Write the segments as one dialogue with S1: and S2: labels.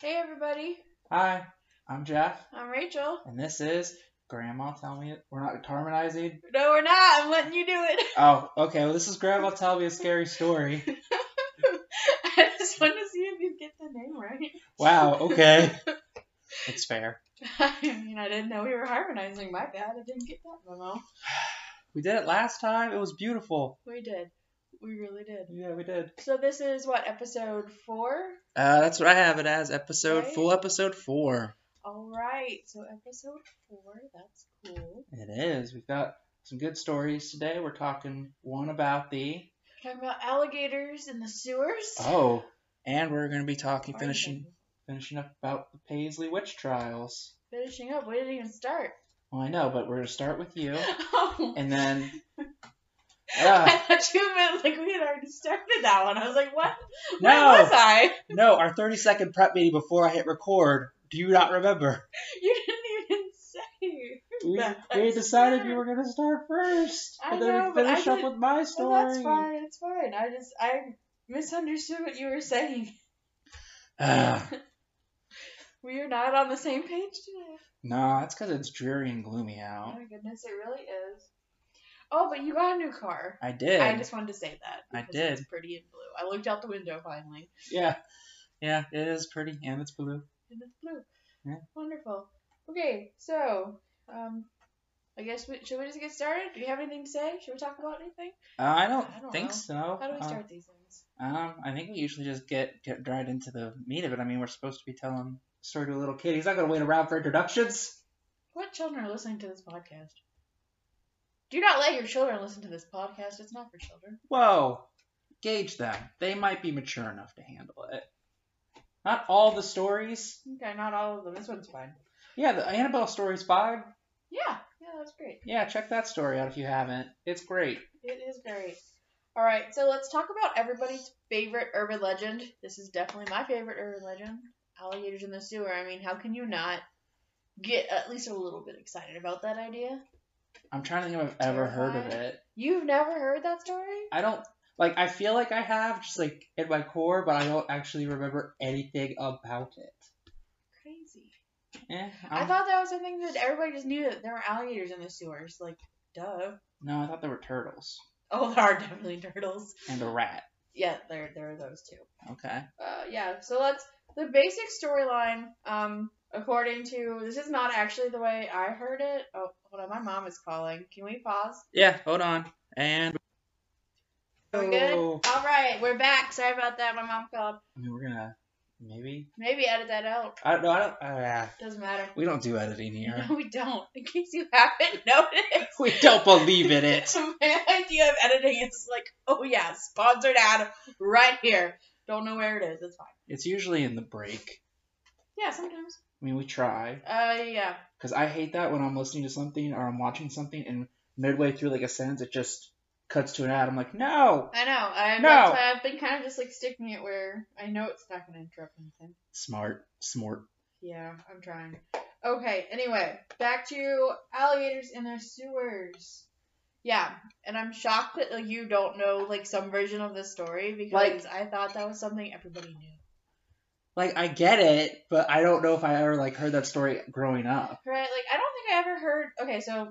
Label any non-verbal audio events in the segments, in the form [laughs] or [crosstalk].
S1: Hey everybody,
S2: Hi, I'm Jeff,
S1: I'm Rachel.
S2: and this is Grandma Tell Me We're Not Harmonizing.
S1: No, we're not. I'm letting you do it. [laughs]
S2: Oh, okay. Well, this is Grandma Tell Me a Scary Story.
S1: I just want to see if you get the name right.
S2: Wow, [laughs] okay. It's fair.
S1: [laughs] I mean, I didn't know we were harmonizing. My bad. I didn't get that memo.
S2: We did it last time. It was beautiful.
S1: We did. We really did.
S2: Yeah, we did.
S1: So this is what episode four.
S2: Uh, that's what I have it as episode,
S1: Right.
S2: full episode four.
S1: All right. So episode four. That's cool.
S2: It is. We've got some good stories today. We're talking one about the.
S1: Talking about alligators in the sewers.
S2: Oh, and we're going to be talking,
S1: Or
S2: finishing,
S1: anything.
S2: finishing up about the Paisley Witch Trials.
S1: Finishing up. We didn't even start.
S2: Well, I know, but we're going to start with you.
S1: [laughs] Oh.
S2: And then.
S1: I
S2: Ah,
S1: thought you meant like we had already started that one. I was like, what? Where was
S2: no!
S1: I?
S2: No, our 30 second prep meeting before I hit record. Do you not remember?
S1: [laughs] You didn't even say.
S2: We,
S1: That's
S2: we had decided
S1: fair.
S2: you were going to start first.
S1: I
S2: and then
S1: know,
S2: we
S1: but I
S2: finish up
S1: didn't-
S2: with my
S1: Well,
S2: story.
S1: that's fine. It's fine. I just I misunderstood what you were saying.
S2: Ah,
S1: [laughs] We are not on the same page today.
S2: no, that's because it's dreary and gloomy
S1: Oh
S2: out.
S1: my goodness, it really is. Oh, but you got a new car.
S2: I did.
S1: I just wanted to say that.
S2: I
S1: because it was
S2: did.
S1: pretty and blue. I looked out the window finally,
S2: Yeah. Yeah, it is pretty and it's blue.
S1: and it's blue.
S2: Yeah.
S1: Wonderful. Okay, so um, I guess we should we just get started? Do you have anything to say? Should we talk about anything?
S2: Uh, I don't
S1: I don't
S2: think
S1: know.
S2: so.
S1: How do we
S2: Uh,
S1: start these things?
S2: um, I think we usually just get, get right into the meat of it. I mean, we're supposed to be telling a story to a little kid. He's not going to wait around for introductions.
S1: What children are listening to this podcast? Do not let your children listen to this podcast. It's not for children.
S2: whoa, gauge them. They might be mature enough to handle it. Not all the stories.
S1: Okay, not all of them. This one's fine.
S2: Yeah, the Annabelle story's fine.
S1: Yeah, yeah, that's great.
S2: Yeah, check that story out if you haven't. It's great.
S1: It is great. All right, so let's talk about everybody's favorite urban legend. This is definitely my favorite urban legend. Alligators in the sewer. I mean, how can you not get at least a little bit excited about that idea?
S2: I'm trying to think if I've ever heard of
S1: Terrifying.
S2: it.
S1: You've never heard that story?
S2: I don't like. I feel like I have just like in my core, but I don't actually remember anything about it.
S1: Crazy.
S2: Eh,
S1: I
S2: I'm-
S1: thought that was something that everybody just knew that there were alligators in the sewers. Like, duh.
S2: no, I thought there were turtles
S1: Oh, [laughs] there are definitely turtles.
S2: and a rat.
S1: Yeah, there there are those two.
S2: Okay.
S1: Uh, yeah. So let's the basic storyline. Um, according to this is not actually the way I heard it. Oh, hold on, my mom is calling. Can we pause?
S2: Yeah. Hold on. And.
S1: Are we good?
S2: Oh.
S1: All right, we're back. Sorry about that. My mom called.
S2: I mean, we're gonna maybe.
S1: Maybe edit that out.
S2: I don't know. I don't. Uh, yeah.
S1: Doesn't matter.
S2: we don't do editing here.
S1: No, [laughs] we don't. In case you haven't [laughs] noticed,
S2: [laughs] We don't believe in it.
S1: [laughs] my idea of editing is like, oh yeah, sponsored ad right here. Don't know where it is. It's fine.
S2: It's usually in the break.
S1: Yeah, sometimes.
S2: I mean, we try.
S1: Uh, yeah.
S2: Because I hate that when I'm listening to something or I'm watching something and midway through like a sentence, it just cuts to an ad. I'm like, no!
S1: I know. I,
S2: No.
S1: That's why I've been kind of just like sticking it where I know it's not going to interrupt anything.
S2: Smart. Smart.
S1: Yeah, I'm trying. Okay, anyway, back to alligators in their sewers. Yeah, and I'm shocked that like, you don't know like some version of this story because
S2: Like-
S1: I thought that was something everybody knew.
S2: Like, I get it, but I don't know if I ever like heard that story growing up.
S1: Right? Like I don't think I ever heard. Okay, so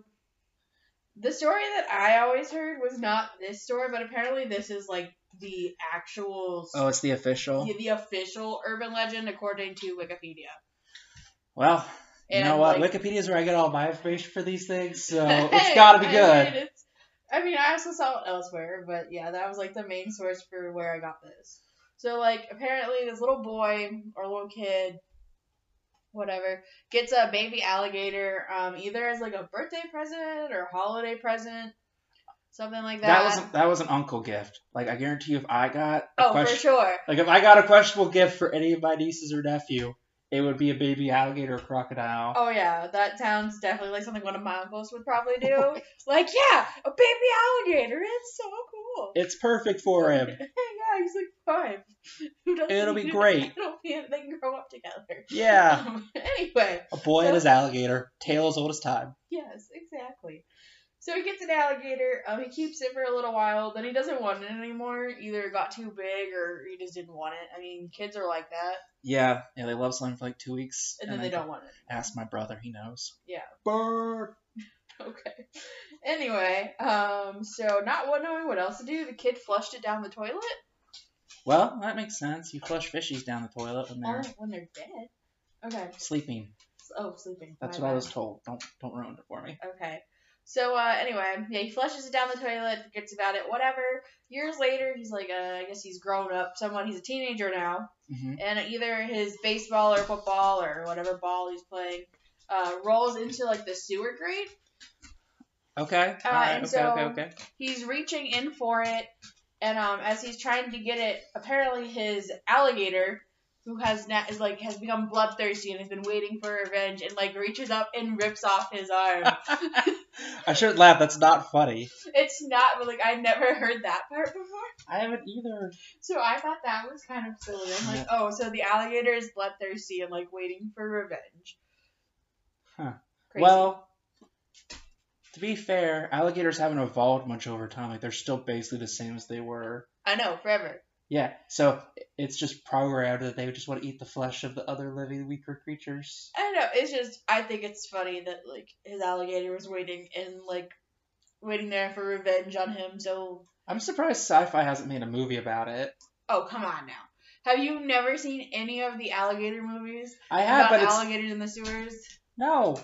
S1: the story that I always heard was not this story, but apparently this is like the actual
S2: Oh, it's the official?
S1: the, the official urban legend according to Wikipedia.
S2: Well, you
S1: And,
S2: know what?
S1: like-
S2: Wikipedia is where I get all my information for these things, so
S1: [laughs]
S2: it's
S1: Hey,
S2: gotta be
S1: I
S2: good.
S1: mean, it's- I mean, I also saw it elsewhere, but yeah, that was like the main source for where I got this. So like, apparently, this little boy or little kid, whatever, gets a baby alligator, um, either as like a birthday present or holiday present, something like that.
S2: That was that was an uncle gift. Like I guarantee you, if I got a
S1: oh,
S2: question,
S1: for sure.
S2: Like if I got a questionable gift for any of my nieces or nephew, it would be a baby alligator or crocodile.
S1: Oh yeah, that sounds definitely like something one of my uncles would probably do. like, yeah, a baby alligator. It's so cool.
S2: It's perfect for him.
S1: [laughs] yeah, he's like five. [laughs] Who doesn't
S2: It'll be
S1: need it?
S2: great. Ah.
S1: It'll be, they can grow up together.
S2: Yeah.
S1: Um, [laughs] anyway,
S2: A boy and his alligator, tail as old as time.
S1: yes, exactly. So he gets an alligator. Um, he keeps it for a little while. Then he doesn't want it anymore. Either it got too big or he just didn't want it. I mean, kids are like that,
S2: Yeah, yeah, they love something for like two weeks,
S1: and then
S2: I
S1: they don't want it. [laughs]
S2: Ask my brother, he knows.
S1: Yeah.
S2: Burp.
S1: Okay. Anyway, um, so not what- knowing what else to do, the kid flushed it down the toilet
S2: Well, that makes sense. You flush fishies down the toilet when they're
S1: Oh, when they're dead. Okay.
S2: sleeping.
S1: Oh, sleeping.
S2: That's
S1: My
S2: what I
S1: bad.
S2: was told. Don't don't ruin it for me.
S1: Okay. So uh, anyway, yeah, he flushes it down the toilet, forgets about it, whatever. Years later, he's like, uh, I guess he's grown up, someone. He's a teenager now,
S2: hmm
S1: and either his baseball or football or whatever ball he's playing uh, rolls into like the sewer grate.
S2: Okay. All right.
S1: and
S2: okay.
S1: so-
S2: okay. Okay.
S1: He's reaching in for it, and um, as he's trying to get it, apparently his alligator, who has na- is like has become bloodthirsty and has been waiting for revenge, and like reaches up and rips off his arm.
S2: I shouldn't laugh. That's not funny.
S1: it's not, but like I've never heard that part before.
S2: I haven't either.
S1: So I thought that was kind of silly. I'm like, oh, so the alligator is bloodthirsty and like waiting for revenge.
S2: Huh.
S1: Crazy.
S2: Well, to be fair, alligators haven't evolved much over time. Like they're still basically the same as they were.
S1: I know forever.
S2: Yeah. So it's just programmed that they just want to eat the flesh of the other living weaker creatures.
S1: I don't know. It's just I think it's funny that like his alligator was waiting and like waiting there for revenge on him. So
S2: I'm surprised sci-fi hasn't made a movie about it.
S1: oh come on now. Have you never seen any of the alligator movies
S2: I have,
S1: about
S2: but it's
S1: alligators in the sewers?
S2: No.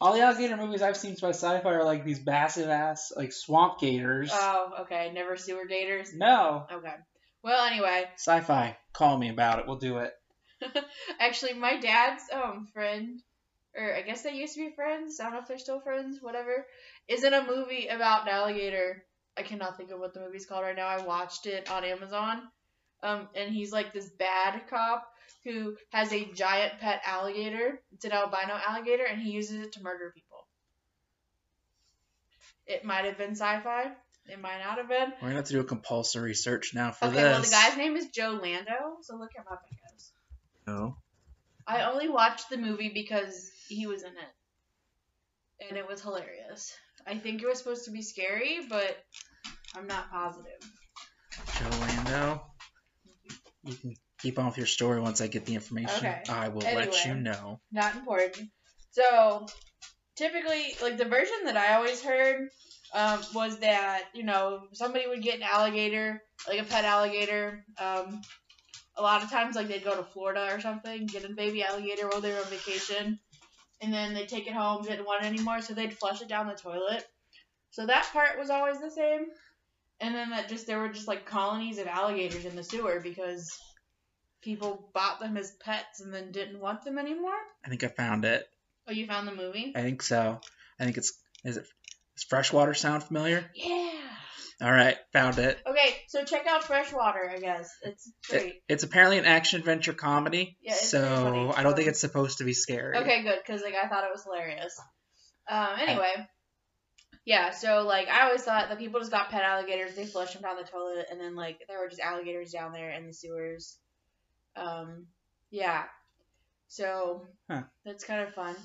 S2: All the alligator movies I've seen by sci-fi are like these massive ass like swamp gators.
S1: Oh, okay. Never sewer gators.
S2: no.
S1: Okay. Well, anyway,
S2: Sci-fi, call me about it. We'll do it.
S1: Actually, my dad's um friend, or I guess they used to be friends. I don't know if they're still friends. Whatever, is in a movie about an alligator. I cannot think of what the movie's called right now. I watched it on Amazon. Um, and he's like this bad cop who has a giant pet alligator. It's an albino alligator, and he uses it to murder people. It might have been sci-fi. It might not have been.
S2: We're gonna have to do a compulsory search now for
S1: Okay,
S2: this.
S1: well the guy's name is Joe Lando, so look him up, I guess.
S2: No.
S1: I only watched the movie because he was in it. And it was hilarious. I think it was supposed to be scary, but I'm not positive.
S2: Joe Lando. You can keep on with your story once I get the information.
S1: Okay.
S2: I will
S1: Anyway.
S2: let you know.
S1: Not important. So, typically, like the version that I always heard um, was that, you know, somebody would get an alligator, like a pet alligator. Um, a lot of times, like they'd go to Florida or something, get a baby alligator while they were on vacation, and then they take it home, didn't want it anymore, so they'd flush it down the toilet. So that part was always the same. And then that just there were just like colonies of alligators in the sewer because people bought them as pets and then didn't want them anymore.
S2: I think I found it.
S1: Oh, you found the movie?
S2: I think so. I think it's is it does freshwater sound familiar?
S1: Yeah.
S2: Alright, found it.
S1: Okay, so check out Freshwater, I guess. It's great.
S2: It- it's apparently an action adventure comedy.
S1: Yeah, it's
S2: so
S1: pretty funny.
S2: I don't think
S1: Um,
S2: it's supposed to be scary.
S1: Okay, good, because like I thought it was hilarious. Um, anyway. Yeah, so like I always thought that people just got pet alligators, they flushed them down the toilet, and then like there were just alligators down there in the sewers. Um, yeah. So
S2: Huh.
S1: that's kind of fun.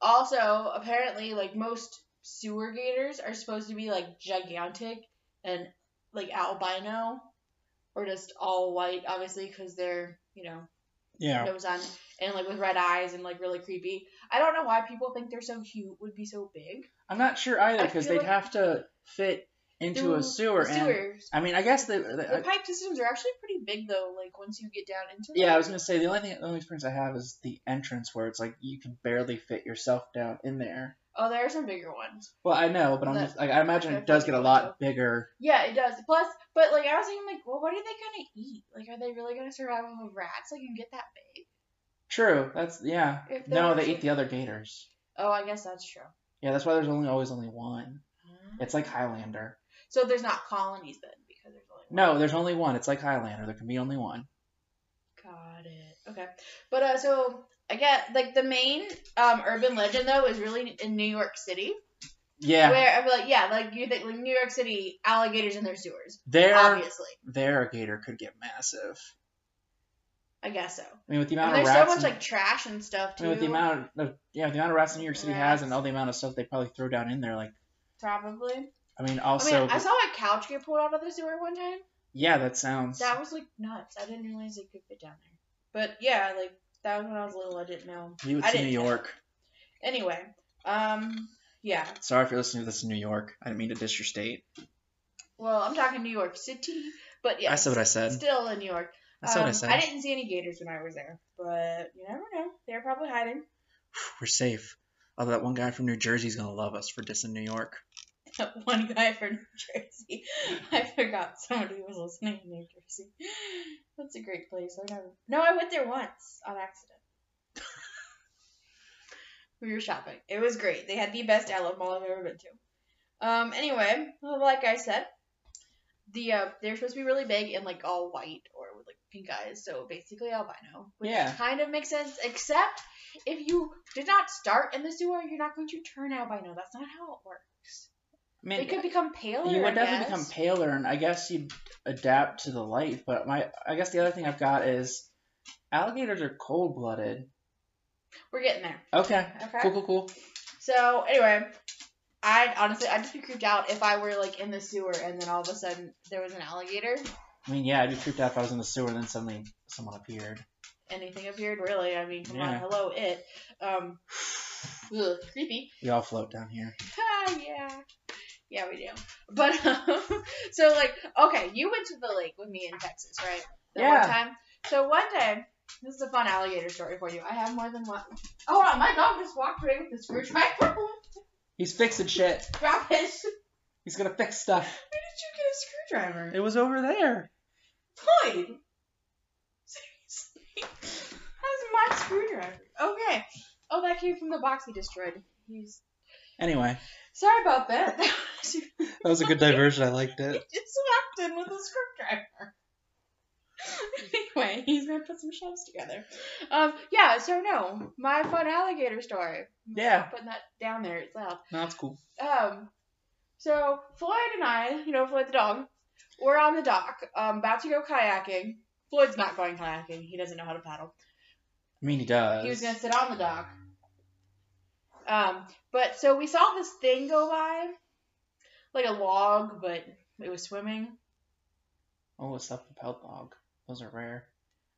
S1: Also, apparently, like most sewer gators are supposed to be like gigantic and like albino, or just all white, obviously, because they're you know
S2: Yeah.
S1: nose on and like with red eyes and like really creepy. I don't know why people think they're so cute would be so big.
S2: I'm not sure either
S1: I
S2: because
S1: feel
S2: they'd
S1: like-
S2: have to fit into
S1: Through
S2: a sewer.
S1: the
S2: And
S1: sewers.
S2: I mean, I guess they.
S1: The
S2: they-
S1: pipe systems are actually pretty big though. Like once you get down into
S2: yeah,
S1: them.
S2: I was gonna say the only thing, the only experience I have is the entrance where it's like you can barely fit yourself down in there.
S1: Oh, there are some bigger ones.
S2: Well, I know, but I'm
S1: That-
S2: just like I imagine
S1: that
S2: it does get a lot
S1: probably
S2: bigger.
S1: Yeah, it does. Plus, but like I was thinking, like, well, what are they gonna eat? Like, are they really gonna survive off of rats? Like, and get that big?
S2: True. That's yeah.
S1: If they're
S2: No, they
S1: actually-
S2: eat the other gators.
S1: Oh, I guess that's true.
S2: Yeah, that's why there's only always only one. It's like Highlander.
S1: so there's not colonies then because there's only one.
S2: No, there's only one. It's like Highlander. There can be only one.
S1: Got it. Okay. But uh, so I get like the main um urban legend though is really in New York City.
S2: Yeah,
S1: Where I feel like, yeah, like you think like New York City alligators in their sewers,
S2: their
S1: obviously.
S2: their gator could get massive.
S1: I guess so.
S2: I mean, with the
S1: And
S2: amount
S1: there's
S2: of
S1: so
S2: rats.
S1: much
S2: and-
S1: like trash and stuff
S2: I
S1: too.
S2: mean, with the amount of yeah, with the amount of rats New York City has,
S1: Rats.
S2: and all the amount of stuff they probably throw down in there, like
S1: Probably.
S2: I mean, also,
S1: I mean, I saw a couch get pulled out of the sewer one time.
S2: yeah, that sounds.
S1: That was like nuts. I didn't realize it could fit down there. But yeah, like that was when I was little. I didn't know.
S2: you
S1: I
S2: it's New
S1: didn't-
S2: York.
S1: Anyway, um, yeah.
S2: Sorry if you're listening to this in New York. I didn't mean to diss your state.
S1: Well, I'm talking New York City, but yeah,
S2: I said what I said.
S1: still in New York.
S2: That's what I
S1: Um,
S2: said.
S1: I didn't see any gators when I was there, but you never know. They're probably hiding.
S2: We're safe. Although that one guy from New Jersey's gonna love us for dissing New York.
S1: That [laughs] one guy from New Jersey. I forgot somebody was listening in New Jersey. That's a great place. I never. No, I went there once on accident. [laughs] we were shopping. It was great. They had the best outlet mall I've ever been to. Um. Anyway, like I said, the uh, they're supposed to be really big and like all white or with like pink eyes, so basically albino, which
S2: Yeah.
S1: kind of makes sense. Except if you did not start in the sewer, you're not going to turn albino. That's not how it works.
S2: I mean,
S1: They could become paler.
S2: you would
S1: I
S2: definitely
S1: guess.
S2: become paler, and I guess you'd adapt to the light. But my, I guess the other thing I've got is alligators are cold-blooded.
S1: We're getting there.
S2: Okay.
S1: Okay.
S2: Cool, cool, cool.
S1: So anyway, I honestly I'd just be creeped out if I were like in the sewer and then all of a sudden there was an alligator.
S2: I mean, yeah, I'd be creeped out if I was in the sewer and then suddenly someone appeared.
S1: Anything appeared really. I mean, come on,
S2: Yeah.
S1: hello it. Um, ugh, creepy. [laughs]
S2: We all float down here.
S1: Ah, yeah. Yeah, we do. But [laughs] um, so like, okay, you went to the lake with me in Texas, right? That
S2: Yeah.
S1: One time. So one day, this is a fun alligator story for you. I have more than one. Oh, hold on, my dog just walked away with the screwdriver. [laughs]
S2: He's fixing shit.
S1: Drop it. Where did
S2: He's gonna fix stuff.
S1: you get a screwdriver?
S2: It was over there.
S1: Floyd. Seriously, that's my screwdriver. Okay. Oh, that came from the box he destroyed. He's
S2: Anyway,
S1: sorry about that. [laughs] That was
S2: that was a good diversion. I
S1: [laughs]
S2: liked it.
S1: He just walked in with a screwdriver. [laughs] anyway, he's gonna put some shelves together. Um, yeah, so no, my fun alligator story.
S2: Yeah.
S1: Putting that down there, it's loud.
S2: No, that's cool.
S1: Um, so Floyd and I, you know, Floyd the dog, we're on the dock, um, about to go kayaking. Floyd's not going kayaking, he doesn't know how to paddle.
S2: I mean, he does.
S1: He was gonna sit on the dock. Um, but so we saw this thing go by, like a log, but it was swimming.
S2: Oh, a self-propelled log. Those are rare.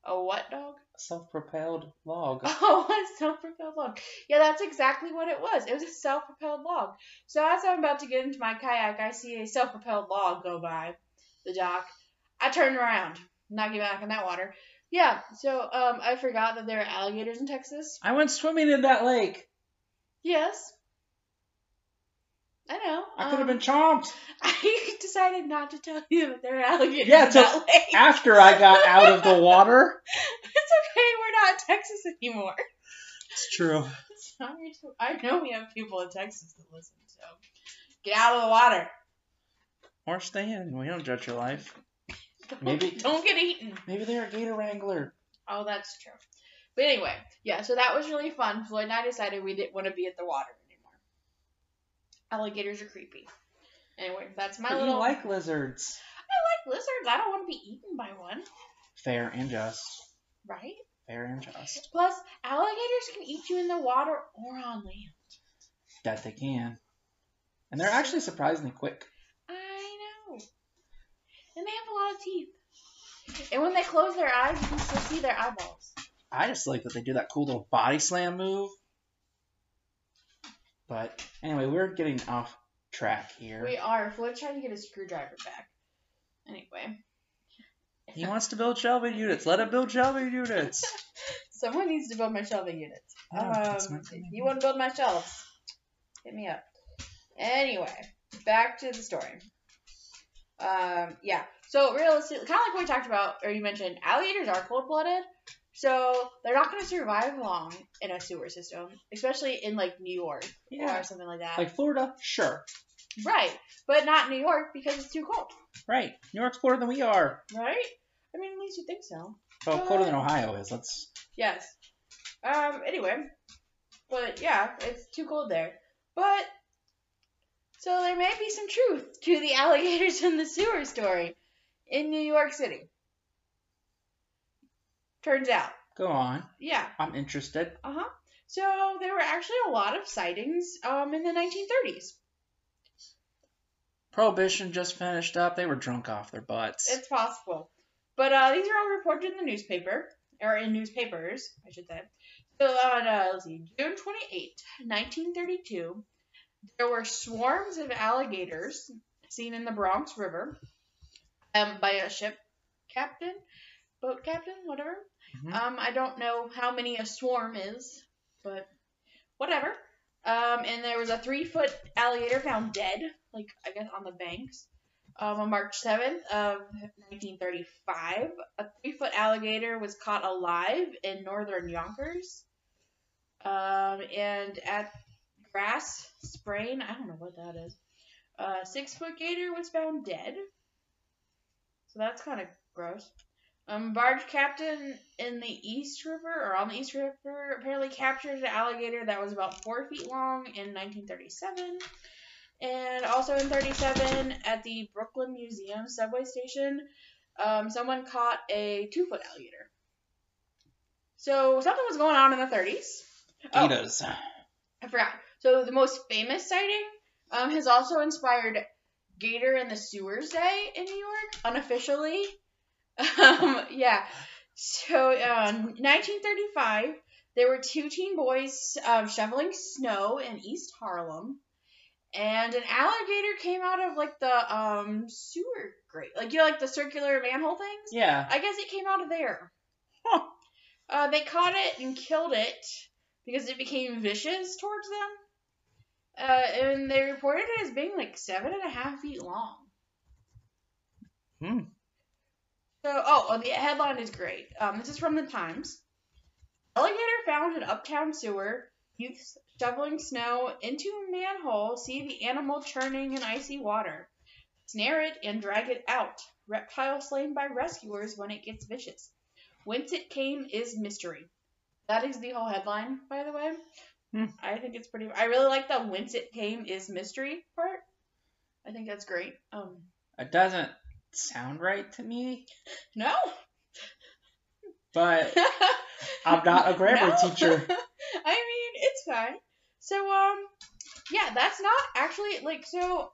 S1: A what dog?
S2: A self-propelled
S1: [laughs]
S2: log.
S1: Oh, a self-propelled log. Yeah, that's exactly what it was. It was a self-propelled log. So as I'm about to get into my kayak, I see a self-propelled log go by the dock. I turn around, not get back in that water. Yeah, so um, I forgot that there are alligators in Texas.
S2: I went swimming in that lake.
S1: Yes, I know.
S2: I could have
S1: um, [laughs]
S2: been [laughs] chomped
S1: I decided not to tell you that there are alligators
S2: Yeah,
S1: in
S2: till-
S1: that lake.
S2: after I got out of the water.
S1: [laughs] It's okay. We're not in Texas anymore.
S2: It's true.
S1: Sorry to, I know we have people in Texas that listen, so get out of the water.
S2: Or stay in. We don't judge your life. Maybe-
S1: [laughs] don't get eaten.
S2: Maybe they're a gator wrangler.
S1: Oh, that's true. But anyway, yeah. So that was really fun. Floyd and I decided we didn't want to be at the water anymore. Alligators are creepy. Anyway, that's my
S2: But you
S1: little.
S2: like lizards.
S1: I like lizards. I don't want to be eaten by one,
S2: Fair and just.
S1: right?
S2: Fair and just.
S1: Plus, alligators can eat you in the water or on land.
S2: That they can. And they're actually surprisingly quick.
S1: I know. And they have a lot of teeth. And when they close their eyes, you can still see their eyeballs.
S2: I just like that they do that cool little body slam move. But anyway, we're getting off track here.
S1: We are. Floyd's trying to get a screwdriver back. Anyway,
S2: He wants to build shelving units. Let him build shelving units.
S1: someone needs to build my shelving units.
S2: Oh, that's
S1: um,
S2: not
S1: if
S2: funny.
S1: you want to build my shelves? Hit me up. Anyway, back to the story. Um, yeah. So realistically, kind of like what we talked about, or you mentioned, alligators are cold-blooded, so they're not going to survive long in a sewer system, especially in like New York
S2: Yeah.
S1: or something like that.
S2: Like Florida, sure.
S1: right, but not New York because it's too cold,
S2: Right. New York's colder than we are.
S1: right? I mean, at least you think so.
S2: Well, colder than Ohio is. Let's.
S1: Yes. Um. Anyway, but yeah, it's too cold there. But so there may be some truth to the [laughs] alligators in the sewer story in New York City. Turns out,
S2: Go on.
S1: yeah.
S2: I'm interested.
S1: Uh huh. So there were actually a lot of sightings um in the 1930s.
S2: Prohibition just finished up. They were drunk off their butts.
S1: It's possible. But uh, these are all reported in the newspaper, or in newspapers, I should say. So on, uh, let's see, June 28, 1932, there were swarms of alligators seen in the Bronx River um, by a ship captain, boat captain, whatever.
S2: Mhm.
S1: Um, I don't know how many a swarm is, but whatever. Um, and there was a three foot alligator found dead, like I guess on the banks. Um, on March 7th of 1935, a three foot alligator was caught alive in northern Yonkers. Um, and at Grass Sprain, I don't know what that is, a six foot gator was found dead. So that's kind of gross. Um, barge captain in the East River or on the East River apparently captured an alligator that was about four feet long in 1937. And also in 37, at the Brooklyn Museum subway station, um, someone caught a two foot alligator. So something was going on in the 30s. Oh.
S2: Eaters.
S1: I forgot. So the most famous sighting um, has also inspired Gator in the Sewers Day in New York, unofficially. [laughs] Um, yeah. So um, 1935, there were two teen boys um, shoveling snow in East Harlem, and an alligator came out of like the um, sewer grate, like you know, like the circular manhole things.
S2: Yeah.
S1: I guess it came out of there.
S2: Huh.
S1: Uh, they caught it and killed it because it became vicious towards them. Uh, and they reported it as being like seven and a half feet long.
S2: Hmm.
S1: So, oh, oh, the headline is great. Um, this is from the Times. Alligator found in uptown sewer. Youths shoveling snow into manhole see the animal churning in icy water. Snare it and drag it out. Reptile slain by rescuers when it gets vicious. Whence it came is mystery. That is the whole headline, by the way.
S2: Hmm.
S1: I think it's pretty. I really like the whence it came is mystery part. I think that's great. Um,
S2: It doesn't sound right to me,
S1: no.
S2: but I'm not a grammar
S1: No.
S2: teacher.
S1: [laughs] I mean, it's fine. So, um, yeah, that's not actually like so.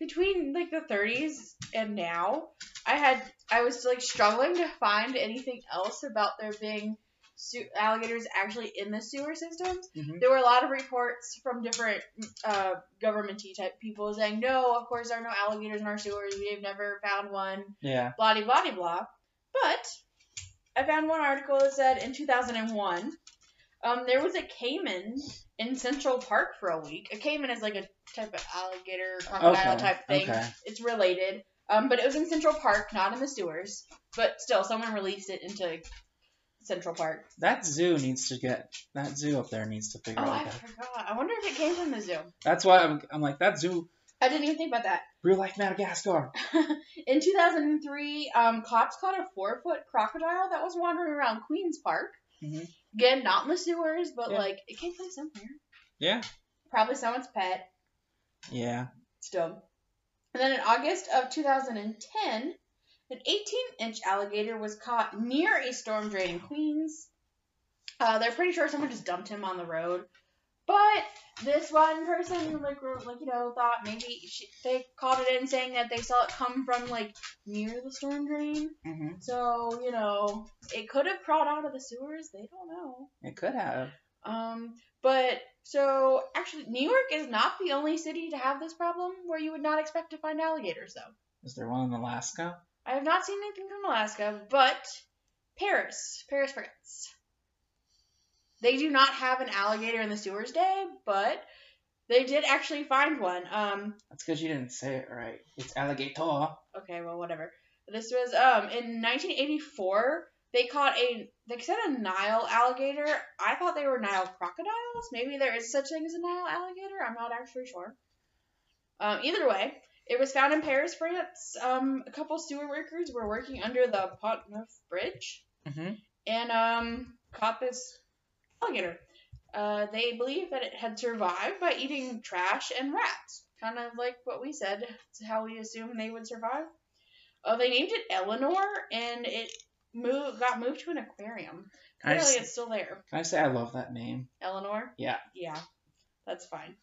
S1: Between like the 30s and now, I had I was like struggling to find anything else about there being su- alligators actually in the sewer systems.
S2: Mhm.
S1: There were a lot of reports from different uh, government type people saying, no, of course there are no alligators in our sewers. We've never found one
S2: Yeah.
S1: blah de blah de blah. But I found one article that said in 2001, um, there was a caiman in Central Park for a week. A caiman is like a type of alligator, crocodile
S2: Okay,
S1: type thing.
S2: okay.
S1: It's related. Um, but it was in Central Park, not in the sewers. But still, someone released it into Central Park.
S2: That zoo needs to get that zoo up there needs to figure
S1: Oh,
S2: out.
S1: I
S2: That.
S1: forgot. I wonder if it came from the zoo.
S2: That's why I'm, I'm like that zoo,
S1: I didn't even think about that.
S2: real life Madagascar.
S1: [laughs] in 2003, um, cops caught a four foot crocodile that was wandering around Queens Park.
S2: Mhm.
S1: Again, not in the sewers, but
S2: Yeah.
S1: like it came from somewhere.
S2: Yeah.
S1: Probably someone's pet.
S2: Yeah.
S1: Still. And then in August of 2010, an 18 inch alligator was caught near a storm drain in Queens. Uh, they're pretty sure someone just dumped him on the road. But this one person, like, wrote- like you know, thought maybe she, they called it in saying that they saw it come from, like, near the storm drain.
S2: hmm
S1: So, you know, it could have crawled out of the sewers. They don't know.
S2: It could have.
S1: Um, but so actually, New York is not the only city to have this problem where you would not expect to find alligators, though.
S2: Is there one in Alaska?
S1: I have not seen anything from Alaska, but Paris, Paris, France. They do not have an alligator in the sewers day, but they did actually find one. Um,
S2: That's because you didn't say it right. It's alligator.
S1: okay, well, whatever. This was um in 1984. They caught a they said a Nile alligator. I thought they were Nile crocodiles. Maybe there is such thing as a Nile alligator. I'm not actually sure. Um, either way, it was found in Paris, France. Um, a couple sewer workers were working under the Pont-Neuf Bridge
S2: Mm-hmm.
S1: and um, caught this alligator. Uh, they believe that it had survived by eating trash and rats, kind of like what we said. It's how we assume they would survive. Uh, they named it Eleanor, and it moved, got moved to an aquarium.
S2: Can I,
S1: Clearly,
S2: s-
S1: it's still there.
S2: can I say I love that name?
S1: Eleanor.
S2: Yeah.
S1: Yeah, that's fine.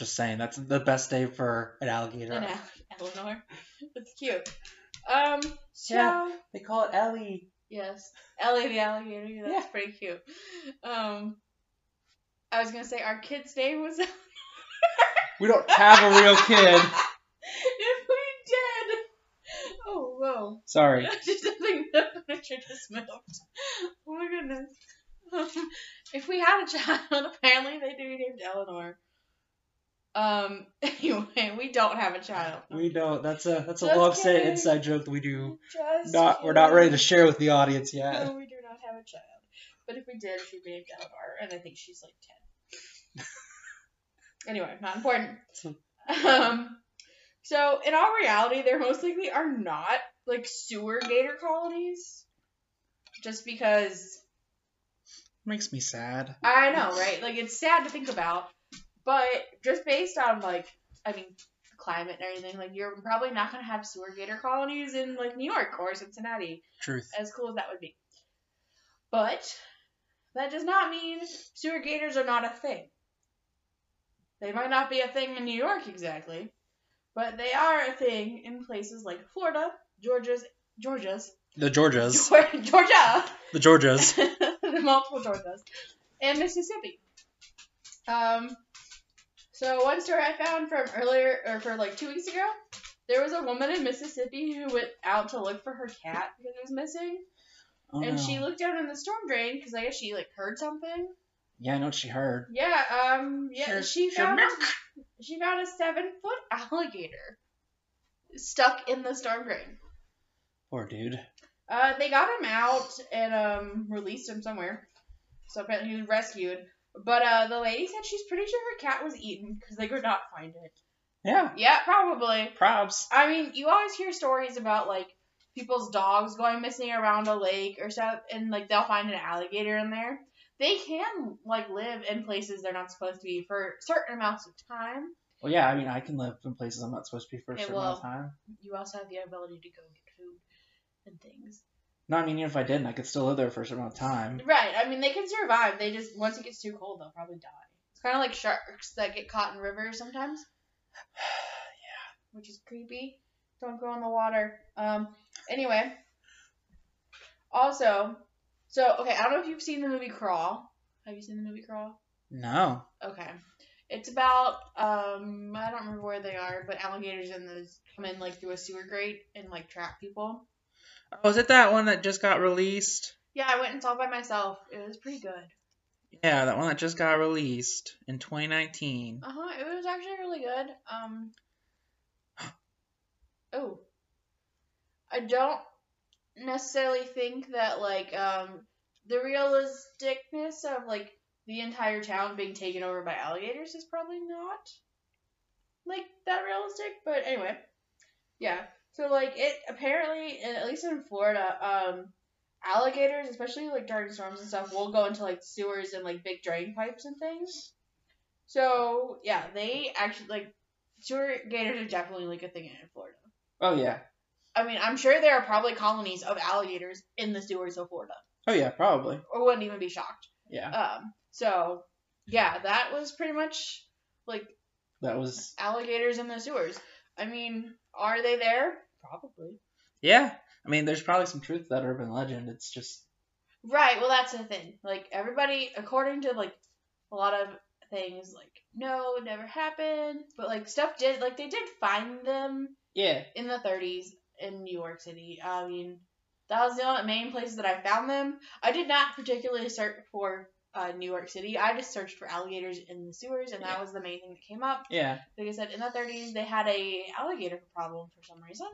S2: Just saying, that's the best day for an alligator.
S1: And Al- [laughs] Eleanor. It's cute. Um, so
S2: Yeah. They call it Ellie.
S1: yes, Ellie the alligator. yeah, That's
S2: Yeah.
S1: pretty cute. Um, I was gonna say our kid's name was. [laughs] if
S2: We don't have a real kid. [laughs]
S1: we did. Oh whoa!
S2: Sorry.
S1: I [laughs] just didn't think the furniture just moved. Oh my goodness. Um, if we had a child, [laughs] apparently they do named Eleanor. Um. [laughs] Anyway, we don't have a child.
S2: We don't. That's a that's a
S1: Just
S2: long standing
S1: kidding.
S2: inside joke that we do
S1: Just
S2: not we're not ready
S1: kidding.
S2: to share with the audience [laughs]
S1: [laughs]
S2: yet.
S1: No, we do not have a child. But if we did, she'd be named Eleanor, and I think she's like ten. anyway, not important. Um, so in all reality, there most likely are not like sewer gator colonies, just because
S2: Makes me sad.
S1: I know, right? Like it's sad to think about, but just based on like, I mean, climate and everything, like you're probably not gonna have sewer gator colonies in like New York or Cincinnati
S2: Truth.
S1: as cool as that would be. But that does not mean sewer gators are not a thing. They might not be a thing in New York exactly, but they are a thing in places like Florida, Georgia's, Georgia's, [laughs]
S2: The Georgias.
S1: Geor- Georgia, [laughs]
S2: The Georgias.
S1: the multiple Georgias, and Mississippi. Um, so one story I found from earlier, or for like two weeks ago, there was a woman in Mississippi who went out to look for her cat because it was missing,
S2: Oh,
S1: and
S2: no.
S1: she looked down in the storm drain because I guess she like heard something.
S2: Yeah, I know what she heard.
S1: Yeah, um, yeah,
S2: Sure,
S1: she
S2: sure,
S1: found
S2: milk.
S1: she found a seven foot [laughs] alligator stuck in the storm drain.
S2: Poor dude.
S1: Uh, they got him out and um released him somewhere. So apparently he was rescued. But uh, the lady said she's pretty sure her cat was eaten because they could not find it.
S2: Yeah.
S1: Yeah, probably.
S2: Props.
S1: I mean, you always hear stories about like people's dogs going missing around a lake or stuff, and like they'll find an alligator in there. They can like live in places they're not supposed to be for certain amounts of time.
S2: Well, yeah, I mean, I can live in places I'm not supposed to be for a
S1: Yeah,
S2: certain amount of time.
S1: You also have the ability to go get food and things.
S2: No, I mean, even if I didn't, I could still live there for a certain amount of time.
S1: Right. I mean, they can survive. They just once it gets too cold, they'll probably die. It's kind of like sharks that get caught in rivers sometimes. yeah. Which is creepy. Don't go in the water. Um. Anyway. Also, so okay, I don't know if you've seen the movie Crawl. Have you seen the movie Crawl?
S2: No.
S1: Okay. It's about um I don't remember where they are, but alligators in those come in like through a sewer grate and like trap people.
S2: Oh, is it that one that just got released?
S1: Yeah, I went and saw it by myself. It was pretty good.
S2: Yeah, that one that just got released in 2019.
S1: Uh huh. It was actually really good. Um. Oh. I don't necessarily think that like um the realisticness of like the entire town being taken over by alligators is probably not like that realistic. But anyway, yeah. So like it apparently at least in Florida um. Alligators, especially like during storms and stuff, will go into like sewers and like big drain pipes and things. So yeah, they actually like sewer gators are definitely like a thing in Florida.
S2: Oh, yeah.
S1: I mean, I'm sure there are probably colonies of alligators in the sewers of Florida,
S2: Oh, yeah, probably.
S1: or wouldn't even be shocked.
S2: Yeah.
S1: Um, so yeah, that was pretty much like
S2: That was.
S1: alligators in the sewers. I mean, are they there? Probably.
S2: Yeah. I mean, there's probably some truth to that urban legend. It's just.
S1: Right. Well, that's the thing. Like everybody, according to like a lot of things, like no, it never happened. But like stuff did, like they did find them
S2: Yeah.
S1: in the 30s in New York City. I mean, that was the only main places that I found them. I did not particularly search for uh, New York City. I just searched for alligators in the sewers, and that
S2: Yeah.
S1: was the main thing that came up.
S2: Yeah.
S1: Like I said, in the 30s, they had a alligator problem for some reason.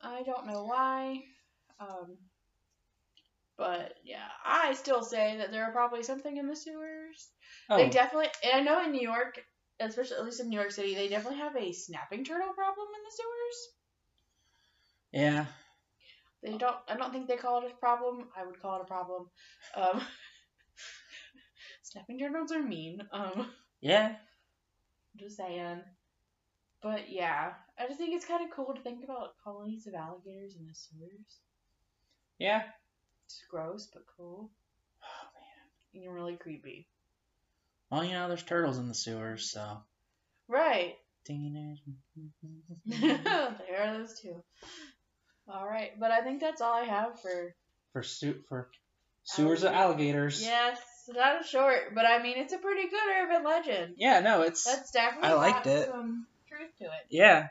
S1: I don't know why. Um, but yeah, I still say that there are probably something in the sewers.
S2: Oh,
S1: They definitely, and I know in New York, especially at least in New York City, they definitely have a snapping turtle problem in the sewers.
S2: yeah.
S1: They don't. I don't think they call it a problem. I would call it a problem. Um, [laughs] snapping turtles are mean. Um,
S2: Yeah.
S1: just saying. But yeah, I just think it's kind of cool to think about colonies of alligators in the sewers.
S2: Yeah.
S1: It's gross but cool and really creepy. [laughs]
S2: Well, you know, there's turtles in the sewers, so.
S1: Right.
S2: For
S1: [laughs] there are those two. All right, but I think that's all I have for.
S2: su- for sewers of alligators.
S1: Yes, not a short, but I mean it's a pretty good urban legend.
S2: Yeah, no, it's
S1: That's definitely
S2: I liked
S1: got
S2: it.
S1: some truth to it.
S2: yeah,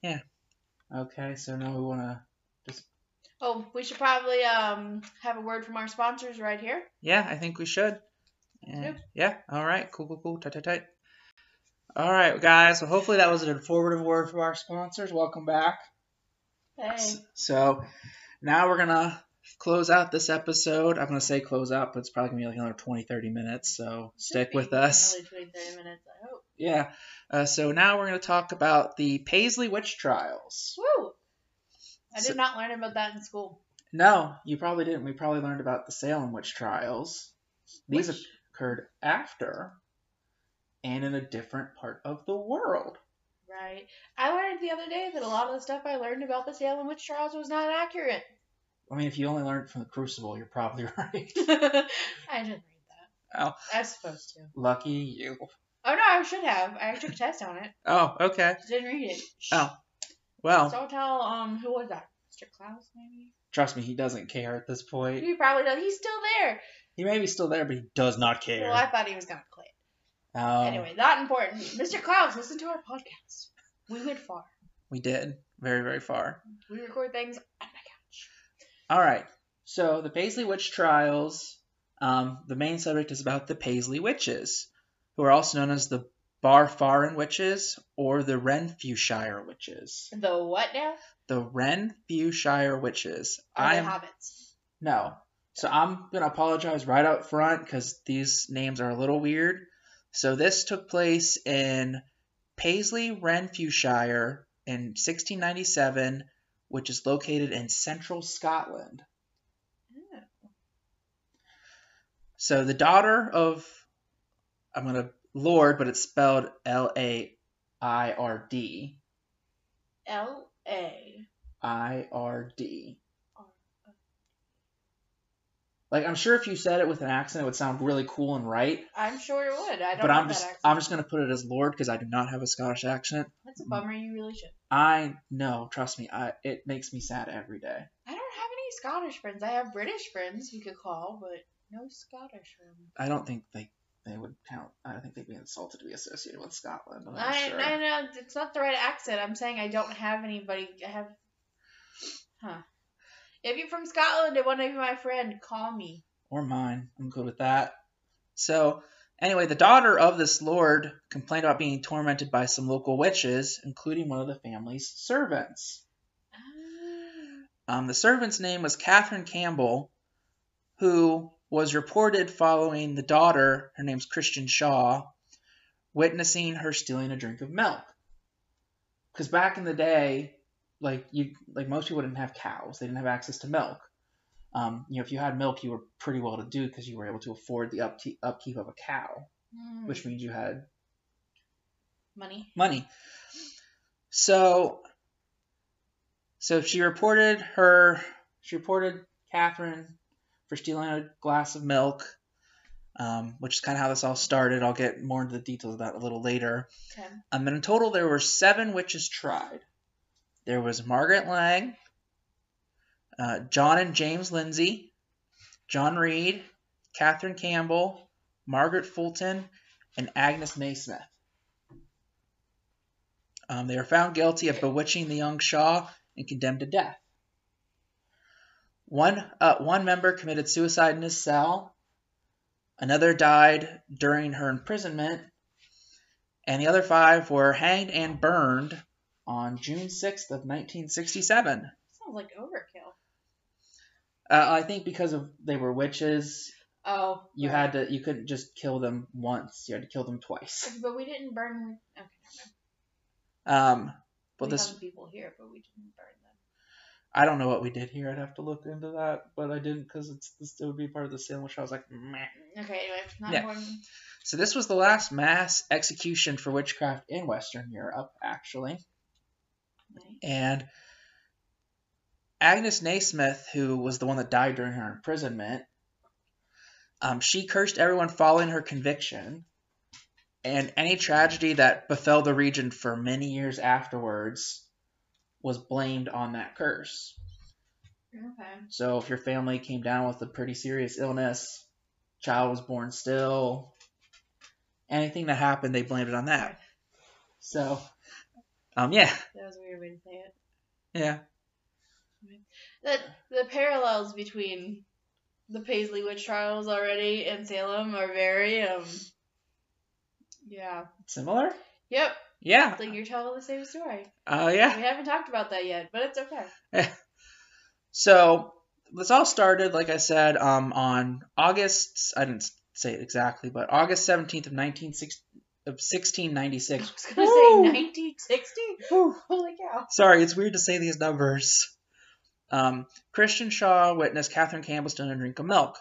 S2: yeah. Okay, so now we want to
S1: Oh, we should probably um have a word from our sponsors right here.
S2: Yeah, I think we should. And-
S1: Yep.
S2: Yeah. All right. Cool. Cool. Cool. Tight. Tight. Tight. All right, guys. Well, hopefully that was an informative word from our sponsors. Welcome back.
S1: Hey.
S2: S- So now we're gonna close out this episode. I'm gonna say close out, but it's probably gonna be like another 20, 30 minutes. So stick
S1: Should be
S2: with us.
S1: Another 20, 30 minutes, I hope.
S2: Yeah. Uh, so now we're gonna talk about the Paisley witch trials.
S1: Woo! I did
S2: So-
S1: not learn about that in school.
S2: No, you probably didn't. We probably learned about the Salem witch trials. These
S1: Which-
S2: occurred after and in a different part of the world.
S1: Right. I learned the other day that a lot of the stuff I learned about the Salem witch trials was not accurate. [laughs]
S2: I mean, if you only learned from the Crucible, you're probably [laughs] right.
S1: I didn't read that.
S2: Oh.
S1: I was supposed to.
S2: Lucky you.
S1: Oh no, I should have. I took a test on it.
S2: Oh, okay.
S1: Just didn't read it.
S2: Oh. Well,
S1: So tell um who was that? Mr. Klaus maybe?
S2: trust me, he doesn't care at this point.
S1: He probably does. He's still there.
S2: He may be still there, but he does not care.
S1: Well, I thought he was gonna quit.
S2: Um,
S1: anyway, not important. Mr. Klaus, listen to our podcast. We went far.
S2: We did. Very, very far.
S1: We record things on my couch.
S2: All right. So the Paisley Witch Trials. Um, the main subject is about the Paisley witches, who are also known as the Barfarin witches or the Renfrewshire witches.
S1: The what now?
S2: The Renfrewshire witches.
S1: Are
S2: I'm
S1: the hobbits.
S2: no. So I'm gonna apologize right up front because these names are a little weird. So this took place in Paisley, Renfrewshire in 1697, which is located in central Scotland.
S1: Oh.
S2: So the daughter of I'm gonna Lord, but it's spelled L A I R D.
S1: L A.
S2: I R D. Like I'm sure if you said it with an accent, it would sound really cool and right.
S1: I'm sure it would. I don't
S2: But
S1: have
S2: I'm
S1: that
S2: just
S1: accent.
S2: I'm just gonna put it as Lord because I do not have a Scottish accent.
S1: That's a bummer. You really should.
S2: I know, trust me, I it makes me sad every day.
S1: I don't have any Scottish friends. I have British friends you could call, but no Scottish friends.
S2: I don't think they they would count. I think they'd be insulted to be associated with Scotland. I'm not
S1: I,
S2: sure.
S1: I know it's not the right accent. I'm saying I don't have anybody. I have. Huh. If you're from Scotland and want to be my friend, call me.
S2: or mine. I'm good with that. So, anyway, the daughter of this lord complained about being tormented by some local witches, including one of the family's servants. Um, the servant's name was Catherine Campbell, who was reported following the daughter, her name's Christian Shaw, witnessing her stealing a drink of milk. Because back in the day, like you, like most people didn't have cows; they didn't have access to milk. Um, you know, if you had milk, you were pretty well to do because you were able to afford the upkeep, upkeep of a cow,
S1: Hmm.
S2: which means you had
S1: money?
S2: money. So, so she reported her, she reported Catherine for stealing a glass of milk, um, which is kind of how this all started. I'll get more into the details of that a little later.
S1: Okay.
S2: Um, and in total, there were seven witches tried. There was Margaret Lang, uh, John and James Lindsay, John Reed, Catherine Campbell, Margaret Fulton, and Agnes Naismith. Um, they were found guilty of bewitching the young Shaw and condemned to death. One, uh, one member committed suicide in his cell. Another died during her imprisonment. And the other five were hanged and burned on June 6th of 1967.
S1: Sounds like overkill.
S2: Uh, I think because of they were witches,
S1: Oh.
S2: you
S1: right.
S2: had to you couldn't just kill them once. You had to kill them twice.
S1: But we didn't burn. Okay.
S2: Um, but
S1: we
S2: this
S1: hung people here, but we didn't burn them.
S2: I don't know what we did here. I'd have to look into that, but I didn't because it's this it would be part of the sandwich. I was like, meh.
S1: Okay, anyway, it's not
S2: Yeah.
S1: important.
S2: So this was the last mass execution for witchcraft in Western Europe, actually. And Agnes Naismith, who was the one that died during her imprisonment, um, she cursed everyone following her conviction. and any tragedy that befell the region for many years afterwards was blamed on that curse.
S1: Okay.
S2: So if your family came down with a pretty serious illness, child was born still, anything that happened, they blamed it on that. So, um, yeah,
S1: That was a weird way to say it.
S2: yeah,
S1: The the parallels between the Paisley witch trials already and Salem are very um. Yeah.
S2: similar.
S1: Yep.
S2: Yeah,
S1: It's like you're telling the same story.
S2: uh, yeah.
S1: We haven't talked about that yet, but it's okay.
S2: So this all started, like I said, um, on August. I didn't say it exactly, but August seventeenth of nineteen six of sixteen
S1: [laughs]
S2: ninety
S1: I
S2: six.
S1: was gonna
S2: Woo!
S1: say 1960. Holy cow.
S2: Sorry, it's weird to say these numbers. Um, Christian Shaw witnessed Catherine Campbellstone and drink of milk.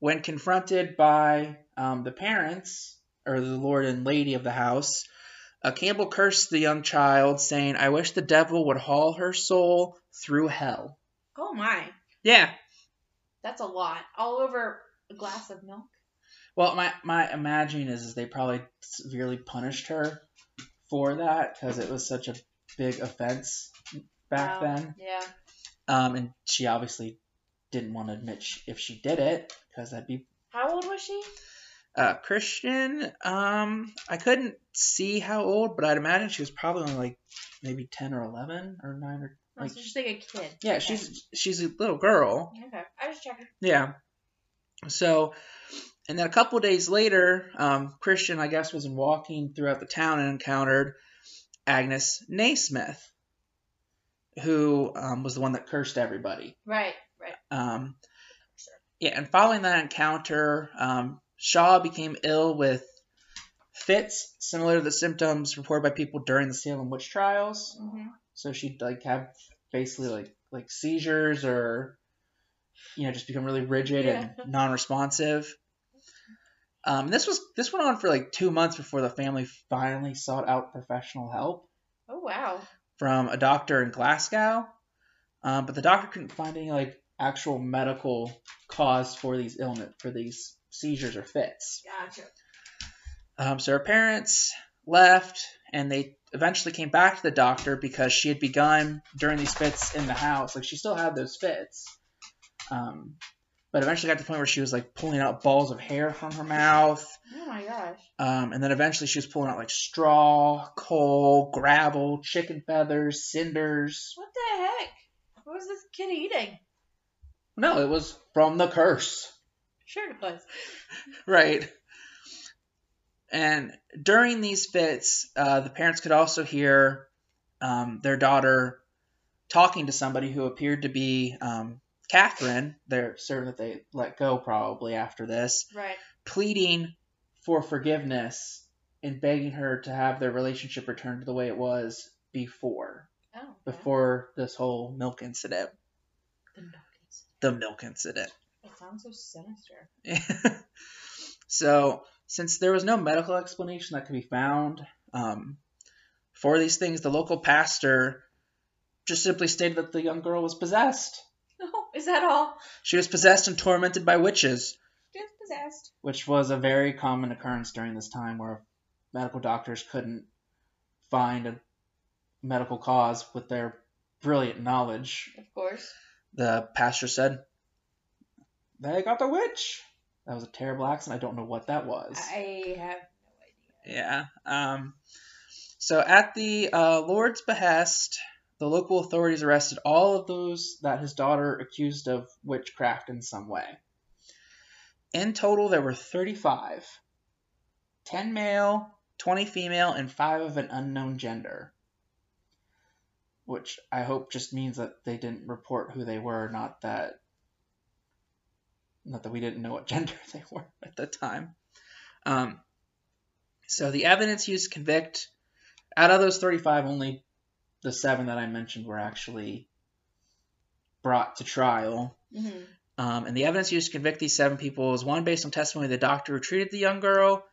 S2: When confronted by um, the parents, or the lord and lady of the house, uh, Campbell cursed the young child, saying, I wish the devil would haul her soul through hell.
S1: Oh my.
S2: Yeah.
S1: That's a lot. All over a glass of milk.
S2: Well, my, my imagining is, is they probably severely punished her for that because it was such a big offense back
S1: Wow.
S2: then.
S1: Yeah.
S2: Um, and she obviously didn't want to admit sh if she did it because that'd be
S1: How old was she?
S2: uh, Christian. Um, I couldn't see how old, but I'd imagine she was probably only like maybe ten or eleven or nine or
S1: I
S2: like.
S1: was just Oh, like a kid.
S2: Yeah,
S1: Okay.
S2: she's she's a little girl.
S1: Okay. I was checking.
S2: Yeah. So, and then a couple days later, um, Christian, I guess, was walking throughout the town and encountered Agnes Naismith, who um, was the one that cursed everybody.
S1: Right, right.
S2: Um, yeah, and following that encounter, um, Shaw became ill with fits similar to the symptoms reported by people during the Salem witch trials.
S1: hmm
S2: So she'd like have basically like like seizures or you know just become really rigid and non-responsive. Um, this was this went on for like two months before the family finally sought out professional help
S1: Oh, wow.
S2: from a doctor in Glasgow, um, but the doctor couldn't find any like actual medical cause for these illness for these seizures or fits.
S1: Gotcha.
S2: Um, so her parents left, and they eventually came back to the doctor because she had begun during these fits in the house. Like she still had those fits, um, but eventually got to the point where she was like pulling out balls of hair from her mouth.
S1: Oh, my gosh.
S2: Um, and then eventually she was pulling out like straw, coal, gravel, chicken feathers, cinders,
S1: What the heck? What was this kid eating?
S2: No, it was from the curse.
S1: Sure it was.
S2: Right. And during these fits, uh, the parents could also hear um, their daughter talking to somebody who appeared to be um, Catherine, their servant that they let go probably after this,
S1: Right.
S2: pleading for forgiveness and begging her to have their relationship return to the way it was before,
S1: Oh. okay.
S2: before this whole milk incident,
S1: The milkies.
S2: the milk incident.
S1: That sounds so [laughs] sinister.
S2: [laughs] so, since there was no medical explanation that could be found um, for these things, the local pastor just simply stated that the young girl was possessed.
S1: Oh, is that all?
S2: She was possessed and tormented by witches,
S1: Just possessed.
S2: which was a very common occurrence during this time where medical doctors couldn't find a medical cause with their brilliant knowledge.
S1: Of course.
S2: The pastor said, They got the witch! That was a terrible accent. I don't know what that was.
S1: I have no idea.
S2: Yeah. Um, so at the uh, Lord's behest, the local authorities arrested all of those that his daughter accused of witchcraft in some way. In total, there were 35 10 male, 20 female, and 5 of an unknown gender. Which I hope just means that they didn't report who they were, not that. Not that we didn't know what [laughs] gender they were at the time. Um, so the evidence used to convict, out of those 35, only the seven that I mentioned were actually brought to trial.
S1: Mm-hmm.
S2: Um, and the evidence used to convict these seven people is one based on testimony of the doctor who treated the young girl